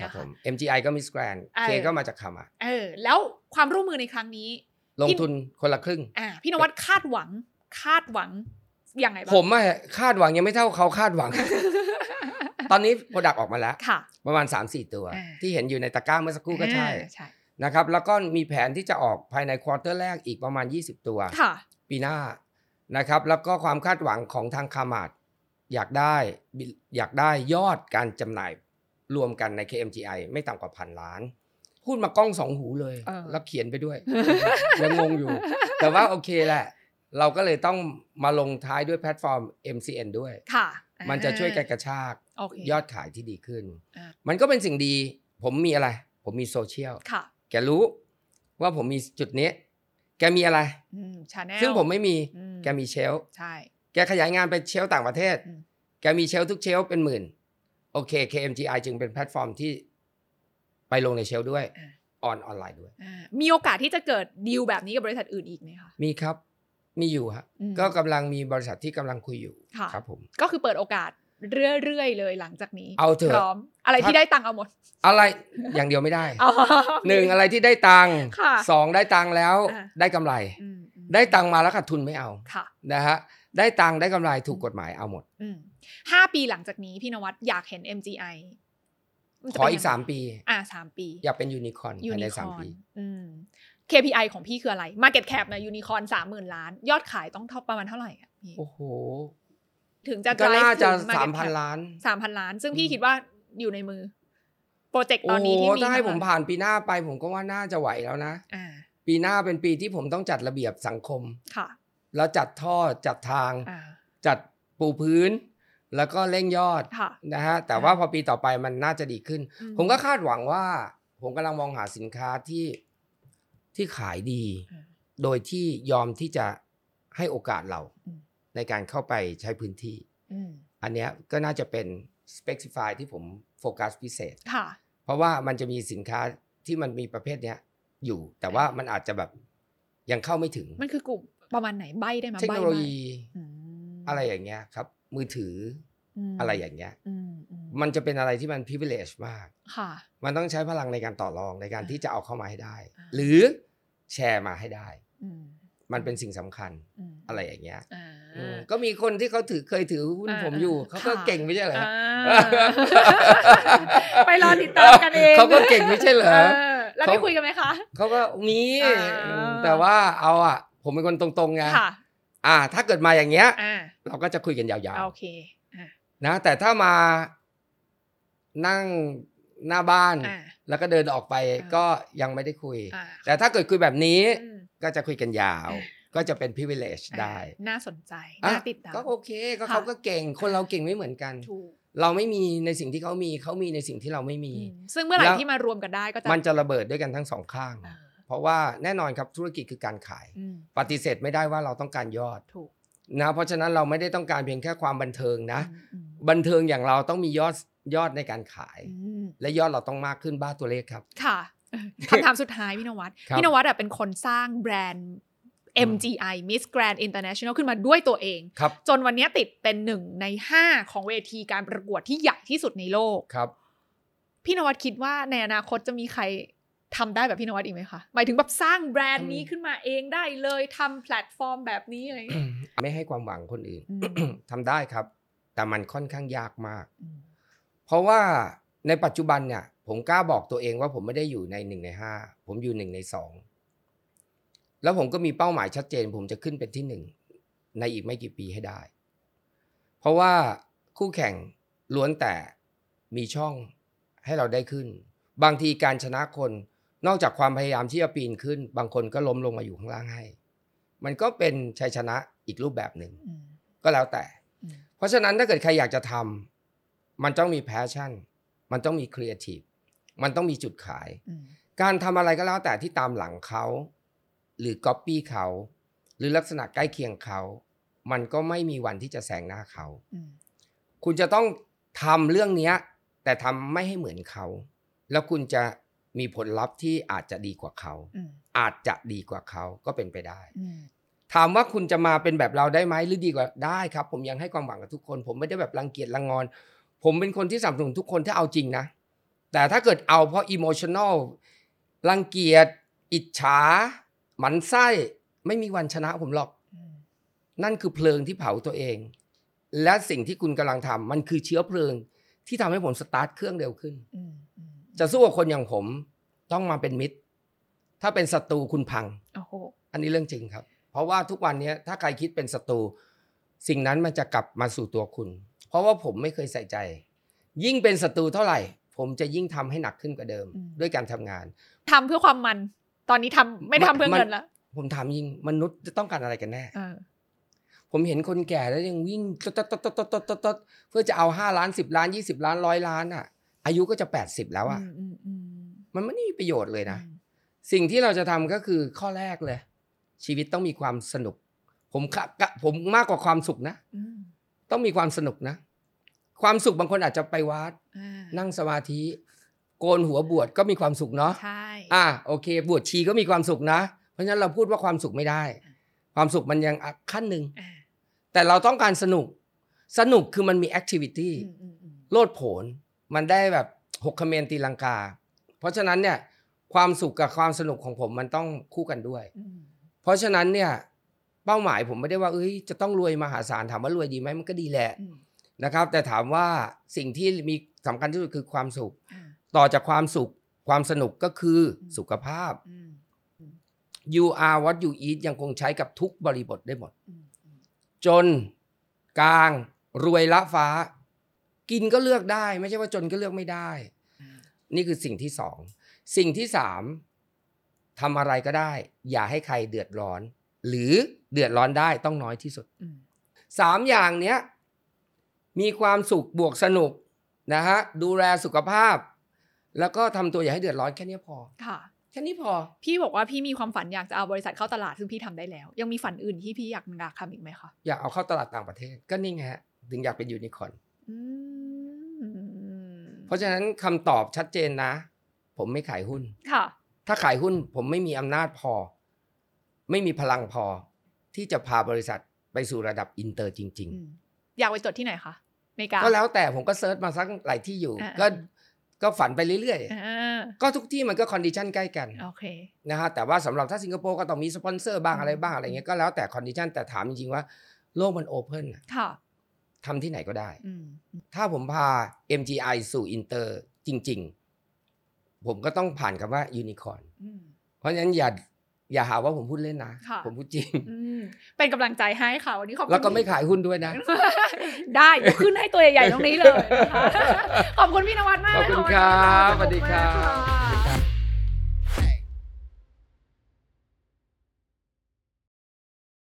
Speaker 1: ครับ
Speaker 2: นะ
Speaker 1: ผ
Speaker 2: คะ
Speaker 1: ม MGI ก็ Miss Grand
Speaker 2: เออ
Speaker 1: K ก็มาจากคำอ่ะ
Speaker 2: เออ แล้วความร่วมมือในครั้งนี้
Speaker 1: ลงทุนคนละครึ่ง
Speaker 2: อ่า พี่นวัดคาดหวัง คาดหวังยังไงบ้าง
Speaker 1: ผมอะคาดหวังยังไม่เท่าเขาคาดห วัง ตอนนี้โปรดักออกมาแล้ว
Speaker 2: ค่ะ
Speaker 1: ประมาณ 3-4 ตัว
Speaker 2: เออ
Speaker 1: ที่เห็นอยู่ในตะกร้าเมื่อสักครู่ก็ใช่
Speaker 2: อ่าใช่
Speaker 1: นะครับแล้วก็มีแผนที่จะออกภายในควอเตอร์แรกอีกประมาณ 20 ตัว
Speaker 2: ค่ะ
Speaker 1: ปีหน้านะครับ แล้วก็ความคาดหวังของทางคามาดอยากได้บิอยากได้ยอดการจำหน่ายรวมกันใน KMGI ไม่ต่ำกว่าพันล้าน พูดมากล้องสองหูเลย
Speaker 2: เออ
Speaker 1: แล้วเขียนไป ด้วย ยังงงอยู่ แต่ว่าโอเคแหละ เราก็เลยต้องมาลงท้ายด้วยแพลตฟอร์ม MCN ด้วย
Speaker 2: ค่ะ
Speaker 1: มันจะช่วยกันกระชาก
Speaker 2: โอเค
Speaker 1: ยอดขายที่ดีขึ้น
Speaker 2: อ่ามั
Speaker 1: มันก็เป็นสิ่งดี ผมมีอะไร ผมมีโซเชียล
Speaker 2: ค่ะ
Speaker 1: แกรู้ว่าผมมีจุดนี้ แกมีอะไร
Speaker 2: อืมชาแนล
Speaker 1: ซึ่งผมไม่มี
Speaker 2: อืม
Speaker 1: แกมีเชลฟ์
Speaker 2: ใช่
Speaker 1: แกขยายงานไปเชลฟ์ต่างประเทศ
Speaker 2: อืม
Speaker 1: แกมีเชลฟ์ทุกเชลฟ์เป็นหมื่น โอเค KMGI จึงเป็นแพลตฟอร์มที่ไปลงในเชลฟ์ด้วย
Speaker 2: อ่า
Speaker 1: ออนออนไลน์ด้วย
Speaker 2: อ่ามีโอกาสที่จะเกิดดีลแบบนี้กับบริษัทอื่นอีกไหมคะ
Speaker 1: มีครับ มีอยู่ฮะ
Speaker 2: อืม
Speaker 1: ก็กำลังมีบริษัทที่กำลังคุยอยู่
Speaker 2: ค่ะ
Speaker 1: ครับผม
Speaker 2: ก็คือเปิดโอกาสเรื่อยๆเลยหลังจากนี้
Speaker 1: เอาเถอะ
Speaker 2: พร้อม อะไรที่ได้ตังค์เอาหมด
Speaker 1: อะไรอย่างเดียวไม่ได้
Speaker 2: อ๋อ
Speaker 1: หนึ่งอะไรที่ได้ตังค์
Speaker 2: ค่ะ
Speaker 1: สองได้ตังค์แล้ว
Speaker 2: อ่า
Speaker 1: ได้กำไร
Speaker 2: อืมอืม
Speaker 1: ได้ตังค์มาแล้วขาดทุนไม่เอา
Speaker 2: ค่ะ
Speaker 1: นะฮะ ได้ตังค์ได้กำไรถูกกฎหมายเอาหมด
Speaker 2: อืมห้าปีหลังจากนี้พี่นวัดอยากเห็น MGI มันจะ
Speaker 1: ขอ
Speaker 2: เป็น
Speaker 1: อีก
Speaker 2: ยังไง
Speaker 1: สามปี
Speaker 2: อ่าสามปี
Speaker 1: อยากเป็นยูนิคอร์น
Speaker 2: ยู
Speaker 1: ภาย
Speaker 2: นิ
Speaker 1: ใน
Speaker 2: ค
Speaker 1: สาม
Speaker 2: อร์
Speaker 1: ปี
Speaker 2: อืม KPI ของพี่คืออะไร Market Cap นะยูนิคอร์นสามหมื่นล้าน ยอดขายต้องเท่าประมาณเท่าไหร่อะพี่
Speaker 1: โอ้โห
Speaker 2: ถึงจะ
Speaker 1: ก็
Speaker 2: drive
Speaker 1: น่าจะ
Speaker 2: ถึง
Speaker 1: สาม
Speaker 2: market
Speaker 1: พัน
Speaker 2: cap
Speaker 1: ล้าน
Speaker 2: สามพันล้าน ซึ่ง
Speaker 1: อืม
Speaker 2: พี่คิดว่าอยู่ในมือ โปรเจกต์ตอนนี้ที่
Speaker 1: โโห
Speaker 2: มี
Speaker 1: ถ้าให้ผม
Speaker 2: ทั้งหด
Speaker 1: ผ่านปีหน้าไปผมก็ว่าน่าจะไหวแล้วนะ
Speaker 2: อ่า
Speaker 1: ปีหน้าเป็นปีที่ผมต้องจัดระเบียบสังคม
Speaker 2: ค่ะ
Speaker 1: แล้วจัดท่อจัดทาง
Speaker 2: อ่า
Speaker 1: จัดปูพื้น แล้วก็เร่งยอด
Speaker 2: ค่ะ
Speaker 1: นะฮะแต่ว่าพอปีต่อไปมันน่าจะดีขึ้น
Speaker 2: อื
Speaker 1: ผมก็คาดหวังว่า ผมกำลังมองหาสินค้าที่ที่ขายดี
Speaker 2: อ่า
Speaker 1: โดยที่ยอมที่จะให้โอกาสเรา
Speaker 2: อืม
Speaker 1: ในการเข้าไปใช้พื้นที่
Speaker 2: อืม
Speaker 1: อันเนี้ยก็น่าจะเป็น specify ที่ผมโฟกัสพิเศษ
Speaker 2: ค่ะ
Speaker 1: เพราะว่ามันจะมีสินค้าที่มันมีประเภทเนี้ยอยู่ แต่ว่ามันอาจจะแบบยังเข้าไม่ถึง
Speaker 2: มันคือกลุ่มประมาณไหนใบได้ไหม
Speaker 1: เทค
Speaker 2: ใบ้
Speaker 1: โน
Speaker 2: ไหม
Speaker 1: โลยี
Speaker 2: อืม
Speaker 1: อะไรอย่างเงี้ยครับ มือถือ
Speaker 2: ม
Speaker 1: อะไรอย่างเงี้ย
Speaker 2: อืมอืม
Speaker 1: มันจะเป็นอะไรที่มัน privilege มาก
Speaker 2: ค่ะ
Speaker 1: มันต้องใช้พลังในการต่อรองในการ
Speaker 2: อ่า
Speaker 1: ที่จะเอาเข้ามาให้ได้
Speaker 2: อ่า
Speaker 1: หรือแชร์มาให้ได้
Speaker 2: อืม
Speaker 1: มันเป็นสิ่งสำคัญ
Speaker 2: อืม
Speaker 1: อะไรอย่างเงี้ย
Speaker 2: อ่า
Speaker 1: อืมก็มีคนที่เขาถือเคยถือหุ้น
Speaker 2: อ่า
Speaker 1: ผมอยู่
Speaker 2: อ่า
Speaker 1: เขาก็
Speaker 2: ค่ะ
Speaker 1: เก่งไม่ใช่เหรอฮะ
Speaker 2: อ่า ไปรอติดตามกันเอง
Speaker 1: เขาก็เก่งไม่ใช่เหรอ
Speaker 2: อแล้วได้คุยกันไหมคะ
Speaker 1: เขาก็มี
Speaker 2: อ่า
Speaker 1: อืมแต่ว่าเอาอ่ะ ผมเป็นคนตรงๆไง
Speaker 2: ค่ะ
Speaker 1: อ่า ถ้าเกิดมาอย่างเงี้ย
Speaker 2: อ่า
Speaker 1: เราก็จะคุยกันยาว
Speaker 2: โอเคอ่า
Speaker 1: ๆนะแต่ถ้ามานั่งหน้าบ้าน
Speaker 2: อ่า
Speaker 1: แล้วก็เดินออกไป
Speaker 2: อ่า
Speaker 1: ก็ยังไม่ได้คุย
Speaker 2: อ่า
Speaker 1: แต่ถ้าเกิดคุยแบบนี้
Speaker 2: อืม
Speaker 1: ก็จะคุยกันยาว
Speaker 2: อ่า
Speaker 1: ก็จะเป็น privilege ได้
Speaker 2: อ่าน่าสนใจ
Speaker 1: อ่ะ
Speaker 2: น่าติดตาม
Speaker 1: ก็โอเคก็
Speaker 2: ค่ะ
Speaker 1: เขาก็เก่งคนเราเก่งไม่เหมือนกัน
Speaker 2: ถูก
Speaker 1: เราไม่มีในสิ่งที่เขามีเขามีในสิ่งที่เราไม่มี
Speaker 2: อืมซึ่งเมื่อไหร่
Speaker 1: แล้ว
Speaker 2: ที่มารวมกันได้ก็จะ
Speaker 1: มันจะระเบิดด้วยกันทั้งสองข้าง
Speaker 2: อ่า
Speaker 1: เพราะว่าแน่นอนครับธุรกิจคือการขาย
Speaker 2: อืม
Speaker 1: ปฏิเสธไม่ได้ว่าเราต้องการยอด
Speaker 2: ถูก
Speaker 1: นะเพราะฉะนั้นเราไม่ได้ต้องการเพียงแค่ความบันเทิงนะ
Speaker 2: อืม
Speaker 1: บันเทิงอย่างเราต้องมียอดยอดในการขาย
Speaker 2: อืม
Speaker 1: และยอดเราต้องมากขึ้นบ้าตัวเลขครับ
Speaker 2: ค่ะคำถามสุดท้ายพี่นวัด
Speaker 1: ครับ
Speaker 2: พี่นวัดอะเป็นคนสร้างแบรนด์ MGI Miss Grand International ขึ้นมาด้วยตัวเอง
Speaker 1: ครับ
Speaker 2: จนวันเนี้ยติดเป็นหนึ่งใน 5 ของเวทีการประกวดที่ใหญ่ที่สุดในโลก
Speaker 1: ครับ
Speaker 2: พี่นวัดคิดว่าในอนาคตจะมีใครทำได้แบบพี่นวัดอีกไหมคะ หมายถึงแบบสร้างแบรนด์นี้
Speaker 1: อืม
Speaker 2: ขึ้นมาเองได้เลยทำแพลตฟอร์มแบบนี้อะไรอย่างเงี้ย
Speaker 1: ไม่ให้ความหวังคนอื่น
Speaker 2: อืม
Speaker 1: ทำได้ครับ แต่มันค่อนข้างยากมาก
Speaker 2: อืม
Speaker 1: เพราะว่าในปัจจุบันเนี่ย ผมกล้าบอกตัวเองว่าผมไม่ได้อยู่ในหนึ่งในห้าผมอยู่หนึ่งในสองแล้วผมก็มีเป้าหมายชัดเจน ผมจะขึ้นเป็นที่หนึ่งในอีกไม่กี่ปีให้ได้ เพราะว่าคู่แข่งล้วนแต่มีช่องให้เราได้ขึ้น บางทีการชนะคนนอกจากความพยายามที่จะปีนขึ้น บางคนก็ล้มลงมาอยู่ข้างล่างให้ มันก็เป็นชัยชนะอีกรูปแบบหนึ่ง
Speaker 2: อืม
Speaker 1: ก็แล้วแต่
Speaker 2: อืม
Speaker 1: เพราะฉะนั้นถ้าเกิดใครอยากจะทำ มันต้องมีแพชชั่น มันต้องมีครีเอทีฟ มันต้องมีจุดขาย
Speaker 2: อืม
Speaker 1: การทำอะไรก็แล้วแต่ที่ตามหลังเขา หรือก๊อปปี้เขา หรือลักษณะใกล้เคียงเขา มันก็ไม่มีวันที่จะแซงหน้าเขา
Speaker 2: อืม
Speaker 1: คุณจะต้องทำเรื่องเนี้ย แต่ทำไม่ให้เหมือนเขา แล้วคุณจะมีผลลัพธ์ที่อาจจะดีกว่าเขา
Speaker 2: อืม
Speaker 1: อาจจะดีกว่าเขาก็เป็นไปได้
Speaker 2: อืม
Speaker 1: ถามว่าคุณจะมาเป็นแบบเราได้ไหมหรือดีกว่าได้ครับ ผมยังให้ความหวังกับทุกคน ผมไม่ได้แบบรังเกียจรังงอน ผมเป็นคนที่สนับสนุนทุกคนถ้าเอาจริงนะ แต่ถ้าเกิดเอาเพราะอิโมชัน a ลรังเกียจ อิจฉาหมันไส้ไม่มีวันชนะผมหรอก
Speaker 2: อืม
Speaker 1: นั่นคือเพลิงที่เผาตัวเอง และสิ่งที่คุณกำลังทำมันคือเชื้อเพลิงที่ทำให้ผมสตาร์ทเครื่องเร็วขึ้น
Speaker 2: อืมอืม
Speaker 1: จะสู้กับคนอย่างผมต้องมาเป็นมิตร ถ้าเป็นศัตรูคุณพัง
Speaker 2: โอ้โห
Speaker 1: อันนี้เรื่องจริงครับ เพราะว่าทุกวันนี้ถ้าใครคิดเป็นศัตรูสิ่งนั้นมันจะกลับมาสู่ตัวคุณ เพราะว่าผมไม่เคยใส่ใจ ยิ่งเป็นศัตรูเท่าไหร่ ผมจะยิ่งทำให้หนักขึ้นกว่าเดิม ด้วยการทำงาน
Speaker 2: ทำเพื่อความมัน ตอนนี้ทำไม่ทำเพื่อเงินละ
Speaker 1: ผมถามยิงมนุษย์จะต้องการอะไรกันแน่
Speaker 2: เออ
Speaker 1: ผมเห็นคนแก่แล้วยังวิ่งตดตดตดตดตดตดเพื่อจะเอา5ล้าน10 ล้าน 20 ล้านร้อยล้านอ่ะ อายุก็จะ 80 แล้วอ่ะ
Speaker 2: อืมอืมอืม
Speaker 1: มันไม่มีประโยชน์เลยนะ
Speaker 2: อืม
Speaker 1: สิ่งที่เราจะทำก็คือข้อแรกเลย ชีวิตต้องมีความสนุก ผมกะกะผมมากกว่าความสุขนะ
Speaker 2: อืม
Speaker 1: ต้องมีความสนุกนะ ความสุขบางคนอาจจะไปวัด
Speaker 2: อ่า
Speaker 1: นั่งสมาธิ โกนหัวบวชก็มีความสุขเนาะ
Speaker 2: ใช่
Speaker 1: อ่ะโอเค บวชชีก็มีความสุขนะ เพราะฉะนั้นเราพูดว่าความสุขไม่ได้ ความสุขมันยังอ่ะขั้นหนึ่ง
Speaker 2: อ่า
Speaker 1: แต่เราต้องการสนุก สนุกคือมันมีแอคทิวิตี้
Speaker 2: อืมอืมอืม
Speaker 1: โลดโผนมันได้แบบหกคเมนตีลังกา เพราะฉะนั้นเนี่ยความสุขกับความสนุกของผมมันต้องคู่กันด้วย
Speaker 2: อืม
Speaker 1: เพราะฉะนั้นเนี่ยเป้าหมายผมไม่ได้ว่าเอ้ยจะต้องรวยมหาศาลถามว่ารวยดีไหมมันก็ดีแหละ
Speaker 2: อืม
Speaker 1: นะครับแต่ถามว่าสิ่งที่มีสำคัญที่สุดคือความสุข
Speaker 2: อ่า
Speaker 1: ต่อจากความสุข ความสนุกก็คืออ
Speaker 2: ม
Speaker 1: สุขภาพ
Speaker 2: อืม
Speaker 1: you are what you eat ยังคงใช้กับทุกบริบทได้หมด
Speaker 2: อืมอืม
Speaker 1: จน กลาง รวยละฟ้า กินก็เลือกได้ ไม่ใช่ว่าจนก็เลือกไม่ได้
Speaker 2: อ่า
Speaker 1: นี่คือสิ่งที่สอง สิ่งที่สาม ทำอะไรก็ได้ อย่าให้ใครเดือดร้อน หรือเดือดร้อนได้ต้องน้อยที่สุด
Speaker 2: อืม
Speaker 1: สามอย่างเนี้ยมีความสุขบวกสนุกนะฮะดูแลสุขภาพ แล้วก็ทำตัวอย่าให้เดือดร้อนแค่เนี้ยพอ
Speaker 2: ค่ะ
Speaker 1: แค่นี้พอ
Speaker 2: พี่บอกว่าพี่มีความฝันอยากจะเอาบริษัทเข้าตลาดซึ่งพี่ทำได้แล้ว ยังมีฝันอื่นที่พี่อยากอยากทำอีกไหมคะ
Speaker 1: อยากเอาเข้าตลาดต่างประเทศ ก็นี่ไงฮะถึงอยากเป็นยูนิคอร์น
Speaker 2: อืม
Speaker 1: เพราะฉะนั้นคำตอบชัดเจนนะ ผมไม่ขายหุ้น
Speaker 2: ค่ะ
Speaker 1: ถ้าขายหุ้นผมไม่มีอำนาจพอ ไม่มีพลังพอ ที่จะพาบริษัทไปสู่ระดับอินเตอร์จริง
Speaker 2: อืมอยากไปจดที่ไหนคะอเมริกา
Speaker 1: ๆ ก็แล้วแต่ผมก็เซิร์ชมาสักหลายที่อยู่
Speaker 2: อ่า
Speaker 1: ก็
Speaker 2: อ่า
Speaker 1: ก็ฝันไปเรื่อย
Speaker 2: อ่า
Speaker 1: ๆ ก็ทุกที่มันก็คอนดิชันใกล้กัน
Speaker 2: โอเค
Speaker 1: นะฮะแต่ว่าสำหรับถ้าสิงคโปร์ก็ต้องมีสปอนเซอร์บ้างอะไรบ้างอะไรเงี้ยก็แล้วแต่คอนดิชันแต่ถามจริงๆว่าโลกมันโอเพ่นอะ
Speaker 2: ค่ะ
Speaker 1: ทำที่ไหนก็ได้
Speaker 2: อืม
Speaker 1: ถ้าผมพา MGI สู่อินเตอร์จริง ๆ ผมก็ต้องผ่านคำว่ายูนิคอร์น
Speaker 2: อืม
Speaker 1: เพราะฉะนั้นอย่าอย่าหาว่าผมพูดเล่นนะ
Speaker 2: ค่ะ
Speaker 1: ผมพูดจริง
Speaker 2: อืม เป็นกำลังใจให้ค่ะวันนี้ขอบคุณ
Speaker 1: แล้วก็ไม่ขายหุ้นด้วยนะ
Speaker 2: ได้เดี๋ยวขึ้นให้ตัวใหญ่ๆตรงนี้เลยนะคะ ขอบคุณพี่นวัดมาก
Speaker 1: ขอบคุณ
Speaker 2: นะะ
Speaker 1: ครับ
Speaker 2: วันนี้
Speaker 1: สวัสดีครับ
Speaker 2: สนุกมาก